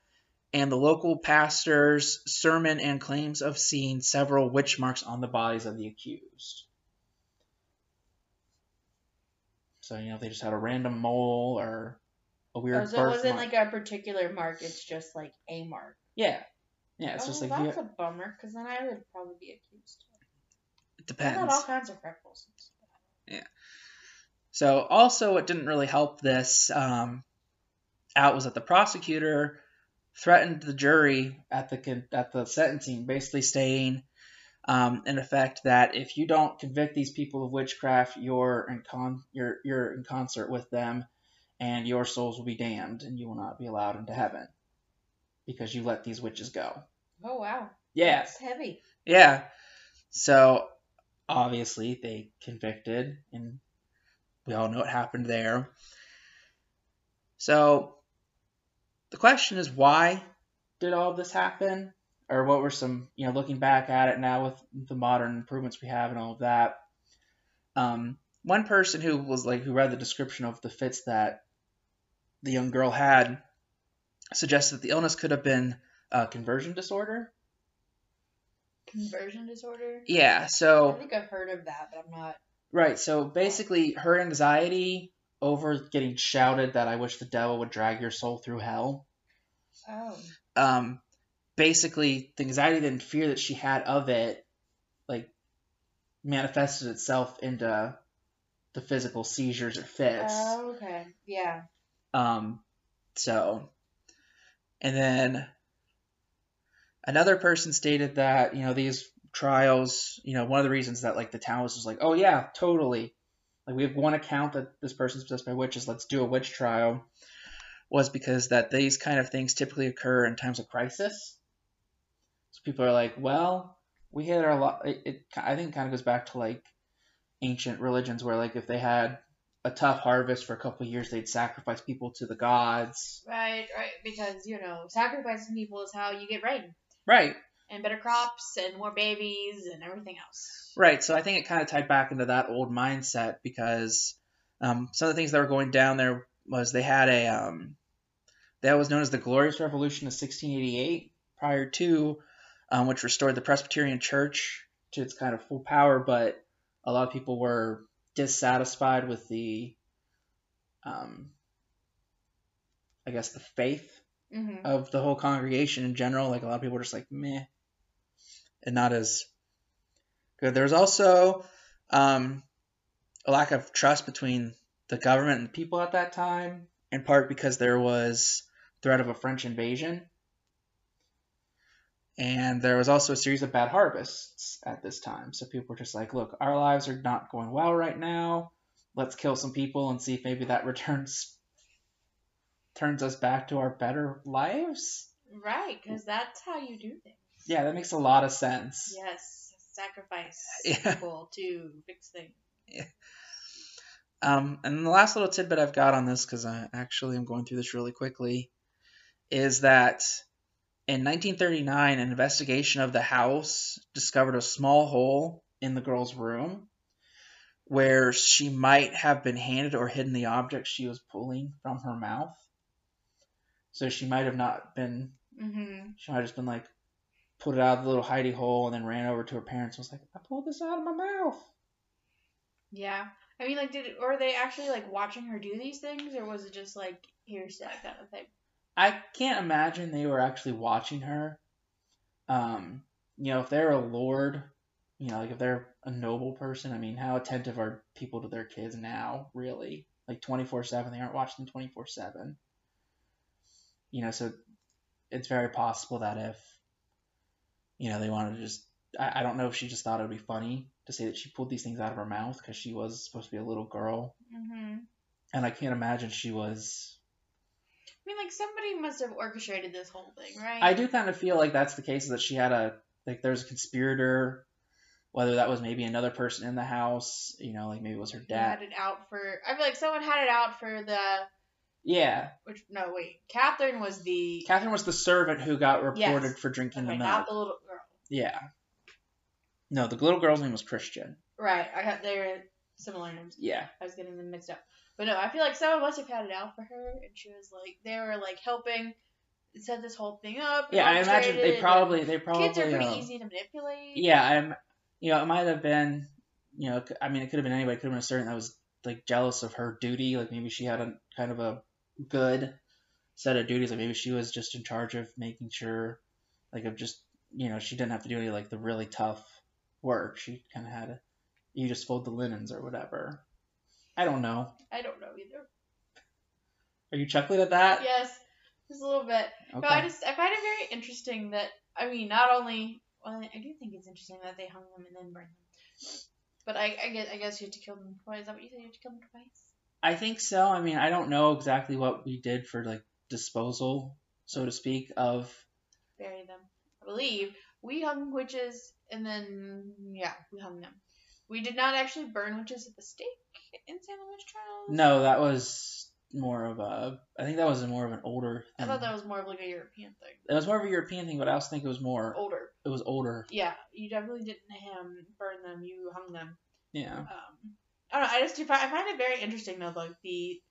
S2: and the local pastor's sermon and claims of seeing several witch marks on the bodies of the accused. So, you know, if they just had a random mole or a weird
S1: Oh, so it wasn't
S2: birthmark.
S1: like a particular mark, it's just like a mark.
S2: Yeah. Yeah, it's
S1: oh,
S2: just like
S1: that's
S2: you,
S1: a bummer, because then I would probably be accused.
S2: it
S1: I got all
S2: depends.
S1: kinds of freckles.
S2: So also, what didn't really help this um, out was that the prosecutor threatened the jury at the con- at the sentencing, basically saying, um, in effect, that if you don't convict these people of witchcraft, you're in con you're you're in concert with them, and your souls will be damned, and you will not be allowed into heaven because you let these witches go.
S1: Oh wow.
S2: Yeah,
S1: It's heavy.
S2: yeah. So obviously they convicted, and we all know what happened there. So the question is, why did all this happen? Or what were some, you know, looking back at it now with the modern improvements we have and all of that? Um, one person who was like, who read the description of the fits that the young girl had suggested that the illness could have been uh, conversion disorder.
S1: Conversion disorder.
S2: Yeah,
S1: I
S2: so
S1: think I've heard of that, but I'm not.
S2: right, so basically her anxiety over getting shouted that I wish the devil would drag your soul through hell.
S1: Oh.
S2: Um basically the anxiety and fear that she had of it like manifested itself into the physical seizures or fits.
S1: Oh, okay. Yeah.
S2: Um, so, and then another person stated that, you know, these trials, you know, one of the reasons that, like, the town was just like, oh, yeah, totally. Like, we have one account that this person's possessed by witches, let's do a witch trial, was because that these kind of things typically occur in times of crisis. So people are like, well, we hit our, lo- it, it, I think it kind of goes back to, like, ancient religions where, like, if they had a tough harvest for a couple of years. They'd sacrifice people to the gods.
S1: Right. Right. Because you know, sacrificing people is how you get rain
S2: Right,
S1: and better crops and more babies and everything else.
S2: right. So I think it kind of tied back into that old mindset because um, some of the things that were going down there was they had a um, that was known as the Glorious Revolution of 1688 prior to um, which restored the Presbyterian Church to its kind of full power, but a lot of people were dissatisfied with the um, I guess the faith
S1: Mm-hmm.
S2: of the whole congregation in general. Like a lot of people were just like meh, and not as good. There was also um, a lack of trust between the government and the people at that time, in part because there was threat of a French invasion, and there was also a series of bad harvests at this time. So people were just like, look, our lives are not going well right now. Let's kill some people and see if maybe that [laughs] returns turns us back to our better lives.
S1: Right. Because that's how you do things.
S2: Yeah, that makes a lot of sense.
S1: Yes. Sacrifice
S2: Yeah.
S1: people to fix things.
S2: Um, and the last little tidbit I've got on this, because I actually am going through this really quickly, is that in 1939, an investigation of the house discovered a small hole in the girl's room where she might have been handed or hidden the object she was pulling from her mouth. So she might have not been
S1: Mm-hmm.
S2: She might have just been like, put it out of the little hidey hole and then ran over to her parents and was like, I pulled this out of my mouth.
S1: Yeah. I mean, like, did were they actually like watching her do these things, or was it just like hearsay kind of thing?
S2: I can't imagine they were actually watching her. Um, you know, if they're a lord, you know, like if they're a noble person, I mean, how attentive are people to their kids now, really? Like 24 7, they aren't watching 24 7. You know, so it's very possible that if, you know, they wanted to just, I, I don't know if she just thought it would be funny to say that she pulled these things out of her mouth because she was supposed to be a little girl.
S1: Mm-hmm.
S2: And I can't imagine she was
S1: I mean, like somebody must have orchestrated this whole thing, right?
S2: I do kind of feel like that's the case that she had a like there's a conspirator, whether that was maybe another person in the house, you know, like maybe it was her
S1: Who had
S2: dad.
S1: it out for. I feel like someone had it out for the.
S2: Yeah,
S1: Which no, wait. Catherine was the.
S2: Catherine was the servant who got reported
S1: Yes.
S2: for drinking
S1: okay,
S2: the
S1: not
S2: milk.
S1: the little girl.
S2: Yeah. No, the little girl's name was Christian.
S1: Right. I got they were similar names.
S2: Yeah.
S1: I was getting them mixed up. But no, I feel like someone must have had it out for her, and she was like, they were like helping set this whole thing up.
S2: Yeah, I imagine
S1: orchestrated,
S2: they
S1: and
S2: probably they probably
S1: Kids are pretty
S2: um,
S1: easy to manipulate.
S2: Yeah, I'm. You know, it might have been. You know, c- I mean, it could have been anybody. It could have been a servant that was like jealous of her duty. Like maybe she had a kind of a good set of duties. Like maybe she was just in charge of making sure, like of just you know, she didn't have to do any like the really tough work. She kind of had to, you just fold the linens or whatever. I don't know.
S1: I don't know either.
S2: Are you chuckling at that?
S1: Yes, just a little bit. No, I just I find it very interesting that I mean not only well I do think it's interesting that they hung them and then burned them, but I I guess I guess you have to kill them twice. Is that what you said? You have to kill them twice.
S2: I think so. I mean, I don't know exactly what we did for like disposal, so to speak, of
S1: Bury them. I believe we hung witches and then yeah we hung them. We did not actually burn witches at the stake in Salem witch trials.
S2: no, that was more of a I think that was more of an older
S1: I
S2: thing.
S1: thought that was more of like a European thing.
S2: it was more of a European thing, but I also think it was more
S1: Older.
S2: it was older.
S1: Yeah, you definitely didn't um, burn them. You hung them.
S2: Yeah.
S1: um, I don't know. I just do find, I find it very interesting though, like the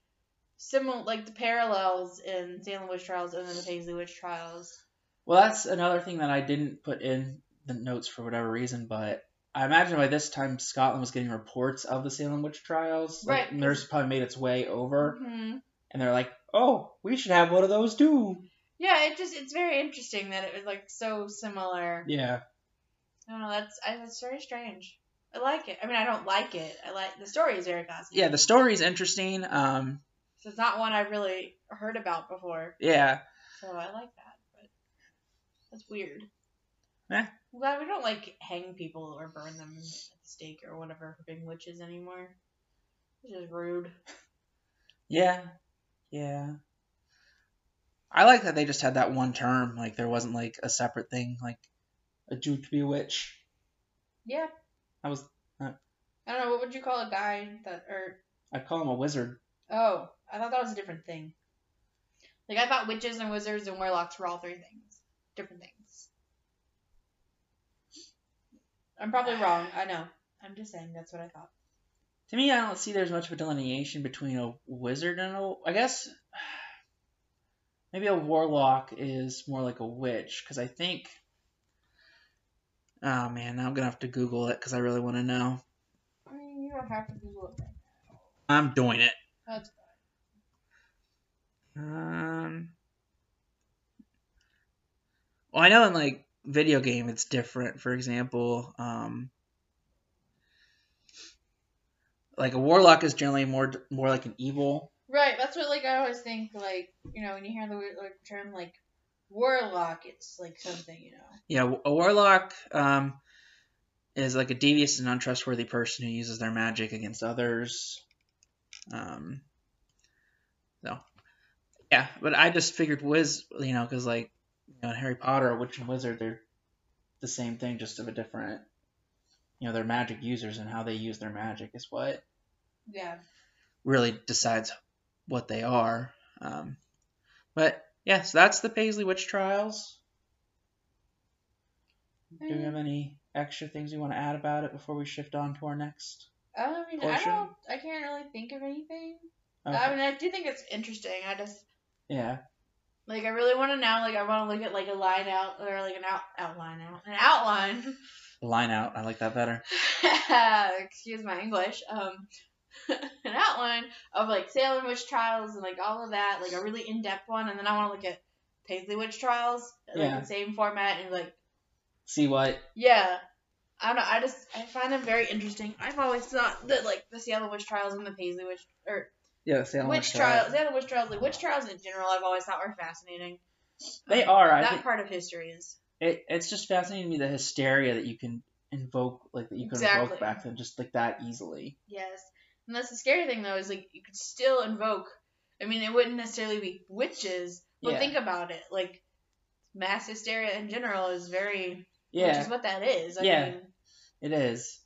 S1: similar, like the parallels in Salem witch trials and then the Paisley witch trials.
S2: Well, that's another thing that I didn't put in the notes for whatever reason, but I imagine by this time Scotland was getting reports of the Salem witch trials. Like,
S1: Right.
S2: Nurse probably made its way over,
S1: hmm
S2: and they're like, "Oh, we should have one of those too."
S1: Yeah, it just it's very interesting that it was like so similar.
S2: Yeah.
S1: I don't know. That's I, that's very strange. I like it. I mean, I don't like it. I like the story is very fascinating.
S2: Yeah. The story is interesting. Um.
S1: so it's not one I've really heard about before.
S2: Yeah.
S1: So I like that, but that's weird.
S2: Eh.
S1: I'm glad we don't like hang people or burn them at the stake or whatever for being witches anymore. It's just rude.
S2: Yeah. Yeah. I like that they just had that one term. Like there wasn't like a separate thing. Like a Jew to be a witch.
S1: Yeah.
S2: I was uh,
S1: I don't know, what would you call a guy that or
S2: I'd call him a wizard.
S1: oh, I thought that was a different thing. Like I thought witches and wizards and warlocks were all three things. Different things. I'm probably wrong, I know. I'm just saying that's what I thought.
S2: To me, I don't see there's much of a delineation between a wizard and a. I guess [sighs] maybe a warlock is more like a witch because I think. Oh man, now I'm gonna have to Google it because I really want to know.
S1: I mean you don't have to Google it.
S2: I'm doing it.
S1: That's
S2: Um. Well, I know in like video game it's different. For example, um, like a warlock is generally more more like an evil.
S1: Right, that's what like I always think like you know when you hear the word, like, term like warlock, it's like something you know.
S2: Yeah, a warlock um, is like a devious and untrustworthy person who uses their magic against others. Um, so, yeah, but I just figured wiz, you know, because like you know, in Harry Potter, a witch and wizard, they're the same thing, just of a different, you know, they're magic users and how they use their magic is what
S1: Yeah,
S2: really decides what they are. Um, but yeah, so that's the Paisley Witch Trials. Do we have any extra things we want to add about it before we shift on to our next?
S1: I mean I
S2: Portion?
S1: don't I can't really think of anything.
S2: Okay.
S1: I mean I do think it's interesting. I just
S2: yeah.
S1: like I really want to now like I want to look at like a line out or like an out outline out an outline. [laughs]
S2: Line out. I like that better.
S1: Excuse my English. Um, [laughs] an outline of like Salem witch trials and like all of that, like a really in depth one, and then I want to look at Paisley witch trials, like
S2: Yeah.
S1: the same format and like.
S2: See what?
S1: Yeah. I don't know. I just I find them very interesting. I've always thought that like the Salem witch trials and the Paisley witch or
S2: Yeah, Salem
S1: witch trials, Salem witch trials, like witch trials in general, I've always thought were fascinating.
S2: They are. I
S1: that
S2: think
S1: part of history is
S2: it, it's just fascinating to me the hysteria that you can invoke, like that you can
S1: Exactly.
S2: invoke back then, just like that easily.
S1: yes. And that's the scary thing though is like you could still invoke. I mean, it wouldn't necessarily be witches, but
S2: Yeah.
S1: think about it. Like mass hysteria in general is very
S2: Yeah,
S1: which is what that is. I
S2: Yeah.
S1: mean,
S2: it is.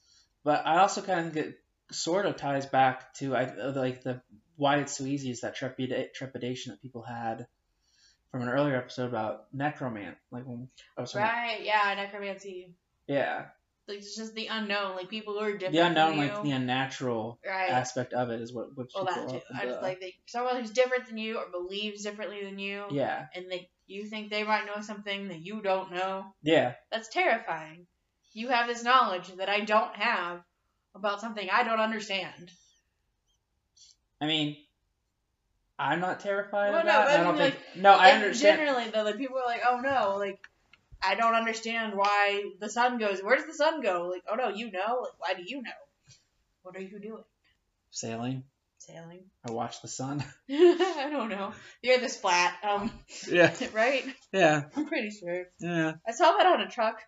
S2: But I also kind of think it sort of ties back to I like the why it's so easy is that trepida- trepidation that people had from an earlier episode about necromant, like when I was talking about-
S1: right? Yeah, necromancy.
S2: yeah.
S1: Like it's just the unknown. Like people who are different.
S2: the
S1: from
S2: unknown,
S1: you.
S2: like the unnatural
S1: right.
S2: aspect of it, is what whips
S1: Well, that
S2: people
S1: too.
S2: up.
S1: I
S2: and,
S1: just
S2: uh,
S1: like they, someone who's different than you or believes differently than you,
S2: yeah,
S1: and they you think they might know something that you don't know.
S2: yeah,
S1: That's terrifying. You have this knowledge that I don't have about something I don't understand.
S2: I mean, I'm not terrified
S1: Well,
S2: of
S1: no,
S2: that.
S1: but
S2: and
S1: I
S2: I don't
S1: mean,
S2: think. no, I
S1: And
S2: understand.
S1: Generally, though, like people are like, "Oh no, like I don't understand why the sun goes. Where does the sun go? Like, oh no, you know. Like, why do you know? What are you doing?
S2: Sailing.
S1: Sailing? [laughs]
S2: I watch the sun. [laughs]
S1: I don't know. You're the splat, um, [laughs]
S2: yeah.
S1: right?
S2: Yeah.
S1: I'm pretty sure.
S2: Yeah.
S1: I saw that on a truck.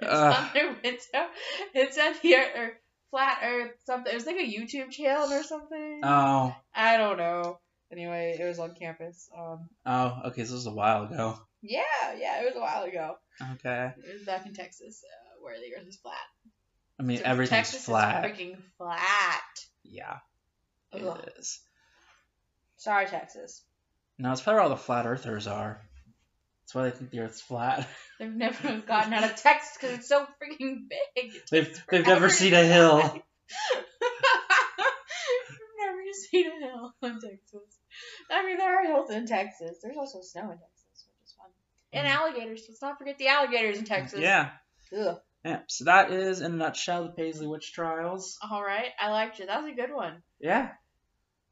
S1: It's
S2: Uh.
S1: on their window. It said here or flat Earth something. It was like a YouTube channel or something.
S2: Oh.
S1: I don't know. Anyway, it was on campus. Um,
S2: Oh. Okay. So this was a while ago.
S1: yeah, yeah, it was a while ago.
S2: Okay.
S1: It was back in Texas, uh, where the Earth is flat.
S2: I mean,
S1: So
S2: everything's
S1: Texas
S2: flat.
S1: Is freaking flat.
S2: yeah. It is.
S1: Ugh. Sorry, Texas.
S2: No, it's probably where all the flat earthers are. That's why they think the Earth's flat. [laughs]
S1: They've never [laughs] gotten out of Texas because it's so freaking big.
S2: they've they've never seen a hill.
S1: I've never seen a hill in Texas. I mean, there are hills in Texas. There's also snow in Texas, which is fun. And
S2: Mm.
S1: alligators. Let's not forget the alligators in Texas.
S2: Yeah.
S1: Ugh.
S2: Yeah. So that is in a nutshell the Paisley Witch Trials.
S1: All right. I liked it. That was a good one.
S2: Yeah.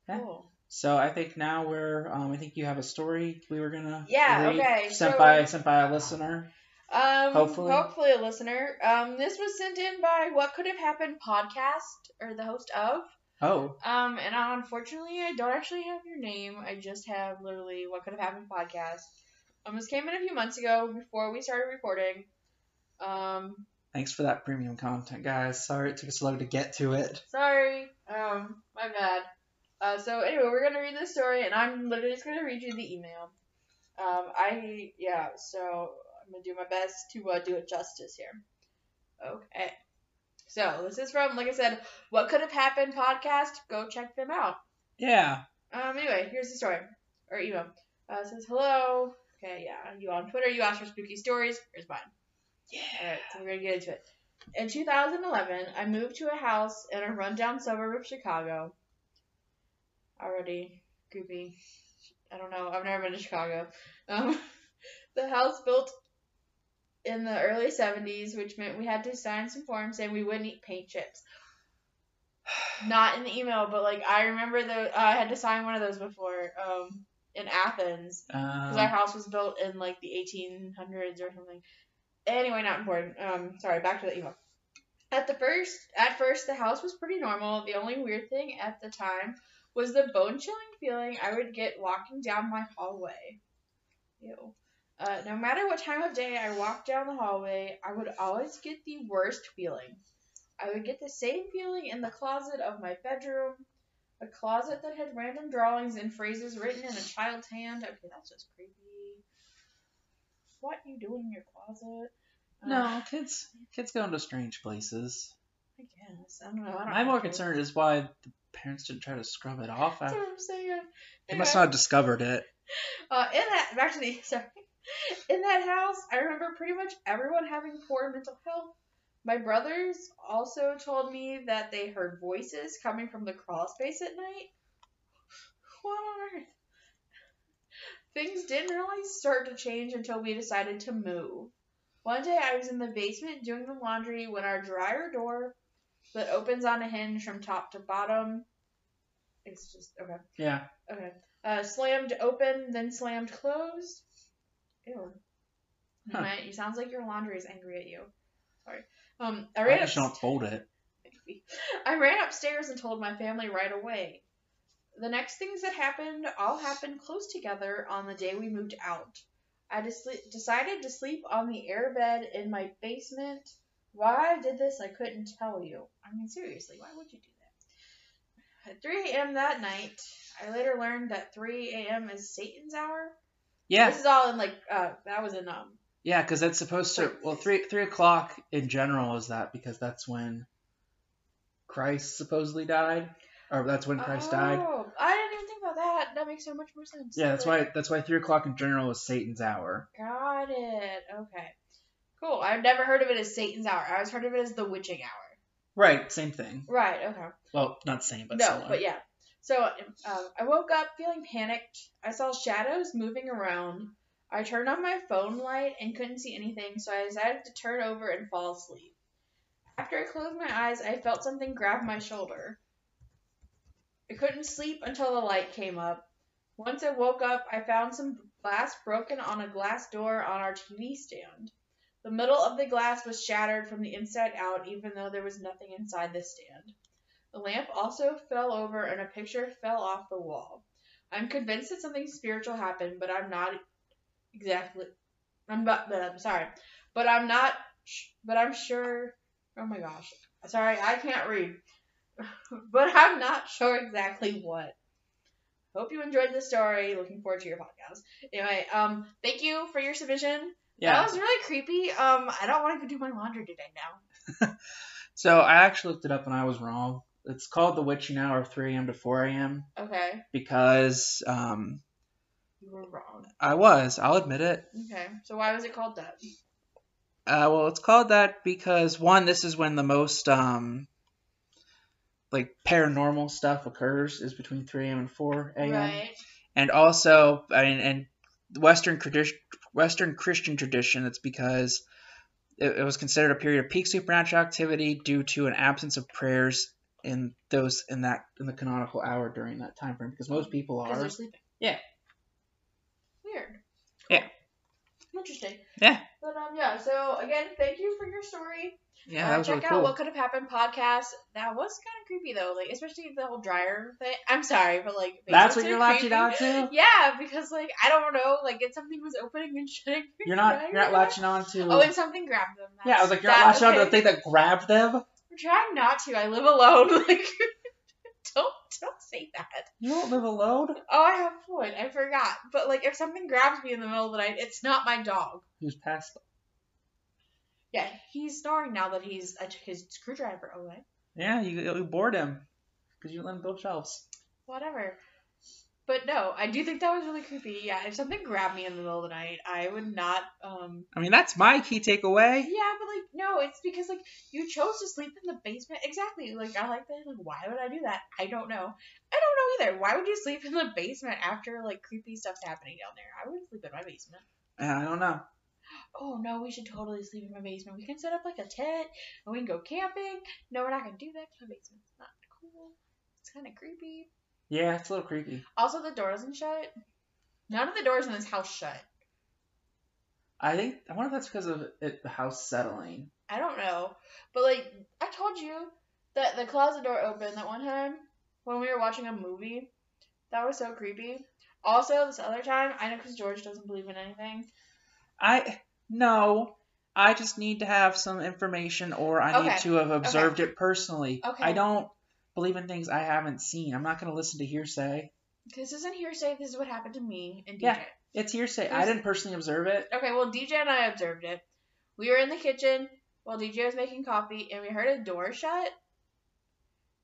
S2: Yeah.
S1: Cool.
S2: So I think now we're um I think you have a story we were gonna
S1: Yeah,
S2: read,
S1: okay,
S2: sent
S1: so-
S2: by sent by a listener.
S1: Um,
S2: Hopefully.
S1: hopefully. a listener. Um, this was sent in by What Could Have Happened podcast, or the host of.
S2: Oh.
S1: Um, and unfortunately, I don't actually have your name. I just have literally what could have happened podcast. Um, this came in a few months ago before we started recording. Um,
S2: Thanks for that premium content, guys. Sorry it took us long to get to it.
S1: sorry. Um, my bad. Uh, so anyway, we're gonna read this story, and I'm literally just gonna read you the email. Um, I yeah. So I'm gonna do my best to uh, do it justice here. Okay. So this is from, like I said, what could have happened podcast. Go check them out.
S2: Yeah.
S1: Um, anyway, here's the story. Or email. Uh, it says, hello. Okay, yeah. You on Twitter, you asked for spooky stories. Here's mine.
S2: Yeah.
S1: Alright, so we're going to get into it. In 2011, I moved to a house in a rundown suburb of Chicago. Already goopy. I don't know. I've never been to Chicago. Um, [laughs] the house built in the early 70s, which meant we had to sign some forms saying we wouldn't eat paint chips [sighs] not in the email, but like I remember the I had to sign one of those before um in Athens because our
S2: Um,
S1: house was built in like the 1800s or something. Anyway, not important. Um, sorry, back to the email. At the first, at first, the house was pretty normal. The only weird thing at the time was the bone-chilling feeling I would get walking down my hallway. Ew. Uh, no matter what time of day I walked down the hallway, I would always get the worst feeling. I would get the same feeling in the closet of my bedroom, a closet that had random drawings and phrases written in a child's hand. Okay, that's just creepy. What you doing in your closet? Uh,
S2: no, kids kids go into strange places.
S1: I guess. I don't know. I don't
S2: My more
S1: know.
S2: concern is why the parents didn't try to scrub it off.
S1: That's
S2: after-
S1: what I'm saying.
S2: They must
S1: Anyway.
S2: not have discovered it.
S1: Uh, in that, [laughs] back to the, sorry. In that house, I remember pretty much everyone having poor mental health. My brothers also told me that they heard voices coming from the crawl space at night. [sighs] What on earth? Things didn't really start to change until we decided to move. One day I was in the basement doing the laundry when our dryer door that opens on a hinge from top to bottom. It's just, okay.
S2: Yeah.
S1: Okay. Uh, slammed open, then slammed closed. Ew.
S2: Huh.
S1: My, it sounds like your laundry is angry at you. Sorry. Um, I
S2: I
S1: ran
S2: just
S1: upstairs.
S2: don't fold it.
S1: I ran upstairs and told my family right away. The next things that happened all happened close together on the day we moved out. I just sle- decided to sleep on the airbed in my basement. Why I did this, I couldn't tell you. I mean, seriously, why would you do that? At 3 a.m. that night, I later learned that 3 a.m. is Satan's hour.
S2: Yeah.
S1: This is all in like, uh, that was in, um,
S2: Yeah, because that's supposed to. Well, three three o'clock in general is that because that's when Christ supposedly died, or that's when Christ died.
S1: Oh, I didn't even think about that. That makes so much more sense.
S2: Yeah, that's
S1: Like-
S2: why that's why three o'clock in general is Satan's hour.
S1: Got it. Okay. Cool. I've never heard of it as Satan's hour. I always heard of it as the witching hour.
S2: Right, same thing.
S1: Right. Okay.
S2: Well, not same, but
S1: no,
S2: similar.
S1: but yeah. So um, I woke up feeling panicked. I saw shadows moving around. I turned on my phone light and couldn't see anything, so I decided to turn over and fall asleep. After I closed my eyes, I felt something grab my shoulder. I couldn't sleep until the light came up. Once I woke up, I found some glass broken on a glass door on our TV stand. The middle of the glass was shattered from the inside out, even though there was nothing inside the stand. The lamp also fell over and a picture fell off the wall. I'm convinced that something spiritual happened, but I'm not exactly. I'm but, but I'm sorry, but I'm not. But I'm sure. Oh my gosh, sorry, I can't read. [laughs] but I'm not sure exactly what. Hope you enjoyed the story. Looking forward to your podcast. Anyway, um, thank you for your submission. That
S2: Yeah.
S1: was really creepy. Um, I don't want to go do my laundry today now.
S2: So I actually looked it up and I was wrong. It's called the witching hour, 3 a.m. to 4 a.m.
S1: Okay,
S2: because um,
S1: you were wrong.
S2: I was. I'll admit it.
S1: Okay, so why was it called that?
S2: Uh, well, it's called that because one, this is when the most um, like paranormal stuff occurs is between 3 a.m. and 4 a.m.
S1: Right.
S2: and also I mean, and Western tradition, Western Christian tradition. It's because it, it was considered a period of peak supernatural activity due to an absence of prayers in those in that in the canonical hour during that time frame. Because most people
S1: Because
S2: are
S1: they're sleeping.
S2: Yeah.
S1: Weird.
S2: Yeah.
S1: Interesting.
S2: Yeah.
S1: But um, yeah. So again, thank you for your story.
S2: yeah,
S1: Uh,
S2: that was
S1: check
S2: really
S1: out
S2: cool.
S1: what could have happened podcast. That was kind of creepy though, like especially the whole dryer thing. I'm sorry, but like Facebook's
S2: That's what you're
S1: creepy.
S2: latching on to.
S1: [laughs] Yeah, because like I don't know, like if something was opening and [laughs] shutting. your
S2: You're not you're not
S1: dryer.
S2: latching on to.
S1: Oh, and something grabbed them.
S2: yeah, I was like you're
S1: that-
S2: not latching on to
S1: okay.
S2: the thing that grabbed them.
S1: I'm trying not to. I live alone. [laughs] Like, don't don't say that.
S2: You don't live alone.
S1: Oh, I have a point. I forgot. But like, if something grabs me in the middle of the night, it's not my dog.
S2: Who's past?
S1: Yeah, he's snoring now that he's I took his screwdriver away.
S2: Yeah, you, you bored him because you let him build shelves.
S1: Whatever. But no, I do think that was really creepy. Yeah, if something grabbed me in the middle of the night, I would not. Um.
S2: I mean, that's my key takeaway.
S1: Yeah, but like, no, it's because like you chose to sleep in the basement. Exactly. Like I like that. Like, why would I do that? I don't know. I don't know either. Why would you sleep in the basement after like creepy stuff's happening down there? I would sleep in my basement.
S2: Yeah, I don't know.
S1: oh no, we should totally sleep in my basement. We can set up like a tent and we can go camping. No, we're not gonna do that 'cause my basement's not cool. It's kind of creepy.
S2: Yeah, it's a little creepy.
S1: Also, the door doesn't shut. None of the doors in this house shut.
S2: I think I wonder if that's because of it, the house settling.
S1: I don't know, but like I told you that the closet door opened that one time when we were watching a movie. That was so creepy. Also, this other time, I know because George doesn't believe in anything.
S2: I no. I just need to have some information, or I need
S1: Okay.
S2: to have observed it personally.
S1: Okay.
S2: I don't believe in things I haven't seen. I'm not going to listen to hearsay.
S1: This isn't hearsay. This is what happened to me and DJ.
S2: Yeah. It's hearsay. I
S1: There's-
S2: didn't personally observe it.
S1: Okay, well, DJ and I observed it. We were in the kitchen while DJ was making coffee, and we heard a door shut.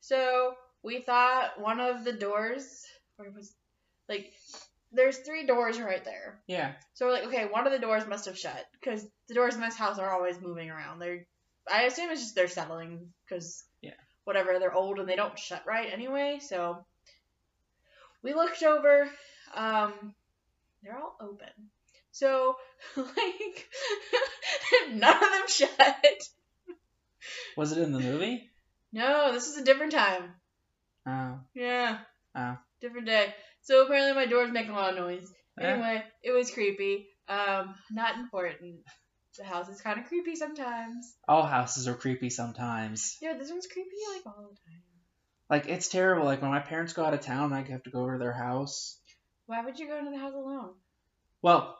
S1: So we thought one of the doors, where was, like, there's three doors right there.
S2: Yeah.
S1: So we're like, okay, one of the doors must have shut because the doors in this house are always moving around. They're, I assume it's just they're settling because
S2: Yeah.
S1: whatever they're old and they don't shut right anyway. So we looked over, um, they're all open. So [laughs] like [laughs] none of them shut.
S2: Was it in the movie?
S1: No, this is a different time.
S2: Oh.
S1: Yeah.
S2: Oh.
S1: Different day. So apparently my door's making a lot of noise.
S2: Yeah.
S1: Anyway, it was creepy. Um, not important. The house is kind of creepy sometimes.
S2: All houses are creepy sometimes.
S1: Yeah, this one's creepy like all the time.
S2: Like it's terrible. Like when my parents go out of town, I have to go over to their house.
S1: Why would you go into the house alone?
S2: Well,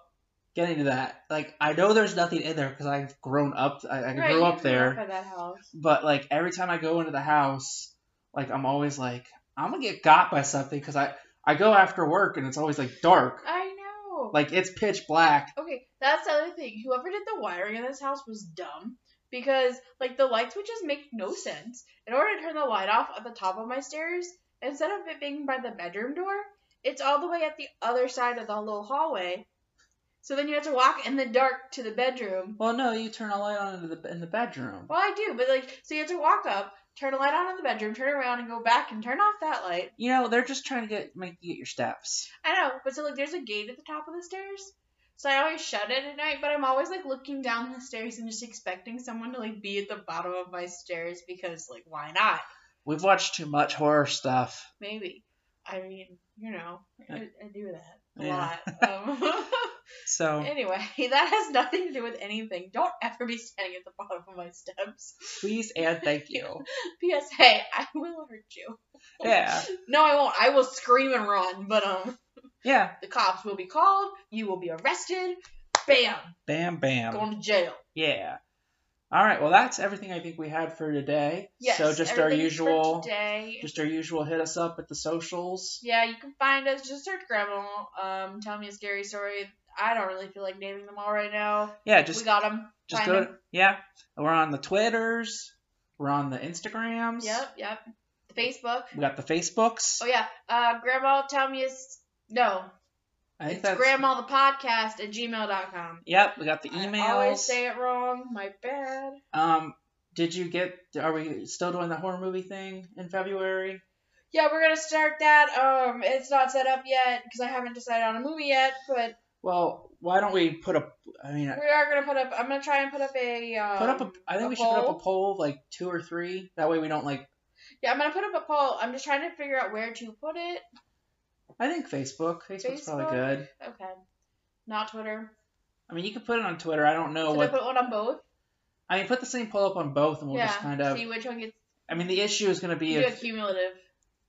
S2: getting to that, like I know there's nothing in there because I've grown up. I, I
S1: Right,
S2: grew
S1: you
S2: up there,
S1: at that house.
S2: but like every time I go into the house, like I'm always like I'm gonna get got by something because I I go after work and it's always like dark,
S1: I know.
S2: like it's pitch black.
S1: okay, that's the other thing. Whoever did the wiring in this house was dumb because like the light switches make no sense. In order to turn the light off at the top of my stairs, instead of it being by the bedroom door, it's all the way at the other side of the little hallway. So then you have to walk in the dark to the bedroom
S2: Well, no, you turn a light on in the in the bedroom.
S1: Well, I do, but like, so you have to walk up, turn a light on in the bedroom, turn around, and go back and turn off that light.
S2: You know they're just trying to get make you get your steps.
S1: I know, but so like, there's a gate at the top of the stairs, so I always shut it at night. But I'm always like looking down the stairs and just expecting someone to like be at the bottom of my stairs because like, why not?
S2: We've watched too much horror stuff.
S1: Maybe. I mean, you know, I, I do that a
S2: Yeah.
S1: lot. Um, [laughs]
S2: So
S1: anyway, that has nothing to do with anything. Don't ever be standing at the bottom of my steps.
S2: please and thank
S1: [laughs]
S2: you.
S1: P.S. Hey, I will hurt you.
S2: Yeah.
S1: No, I won't. I will scream and run, but um,
S2: Yeah.
S1: the cops will be called. You will be arrested. Bam,
S2: Bam bam.
S1: going to jail.
S2: Yeah. All right. Well, that's everything I think we had for today.
S1: Yes.
S2: so just our
S1: everything for
S2: usual,
S1: today.
S2: just our usual, hit us up at the socials.
S1: Yeah, you can find us. Just search Grandma. Um, tell me a scary story. I don't really feel like naming them all right now.
S2: Yeah.
S1: we
S2: Just
S1: got them.
S2: just go. To, yeah. We're on the Twitters. We're on the Instagrams.
S1: Yep, yep. Facebook.
S2: We got the Facebooks.
S1: Oh yeah. Uh, Grandma, tell me a s- no.
S2: I think
S1: it's
S2: that's.
S1: Grandma the podcast at gmail.com.
S2: Yep. We got the
S1: I always
S2: emails.
S1: say it wrong. My bad.
S2: um. Did you get? Are we still doing the horror movie thing in February?
S1: Yeah, we're gonna start that. Um, it's not set up yet because I haven't decided on a movie yet, but
S2: Well, why don't we put up? I mean,
S1: we are gonna put up. I'm gonna try and put up a. Um,
S2: put up a. I think we should put up a poll of like two or three. That way we don't like.
S1: Yeah, I'm gonna put up a poll. I'm just trying to figure out where to put it.
S2: I think Facebook. Facebook's
S1: Facebook?
S2: probably good.
S1: Okay. Not Twitter.
S2: I mean, you could put it on Twitter. I don't know
S1: Should I
S2: what.
S1: put one on both?
S2: I mean, put the same poll up on both, and we'll
S1: yeah.
S2: just kind of.
S1: See which one gets
S2: I mean, the issue is going to be
S1: do a
S2: if.
S1: cumulative.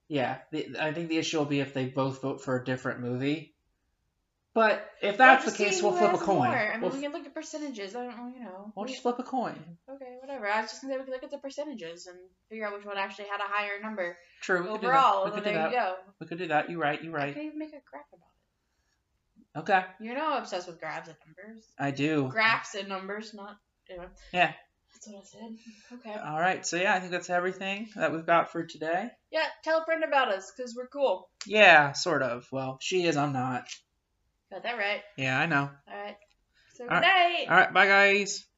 S2: Yeah, the, I think the issue will be if they both vote for a different movie. But if that's
S1: Or
S2: the
S1: just
S2: case,
S1: see
S2: we'll
S1: who
S2: flip a
S1: has
S2: coin.
S1: more. I mean,
S2: we'll,
S1: we can look at percentages. I don't, you know.
S2: we'll
S1: we-
S2: just flip a coin.
S1: Okay, whatever. I was just gonna say we could look at the percentages and figure out which one actually had a higher number
S2: True. We could do that.
S1: overall.
S2: We
S1: and
S2: could do
S1: there you
S2: that.
S1: go.
S2: We could do that. You're right. You're
S1: I
S2: right.
S1: could even make a graph about
S2: Okay,
S1: it. You know, I'm obsessed with graphs and numbers.
S2: I do.
S1: Graphs and numbers, not. Anyway.
S2: Yeah.
S1: That's what I said. Okay.
S2: All right. So yeah, I think that's everything that we've got for today.
S1: Yeah, tell a friend about us because we're cool.
S2: Yeah, sort of. Well, she is. I'm not.
S1: Got that right.
S2: Yeah, I know.
S1: All right. So good
S2: All right.
S1: night.
S2: All right. Bye, guys.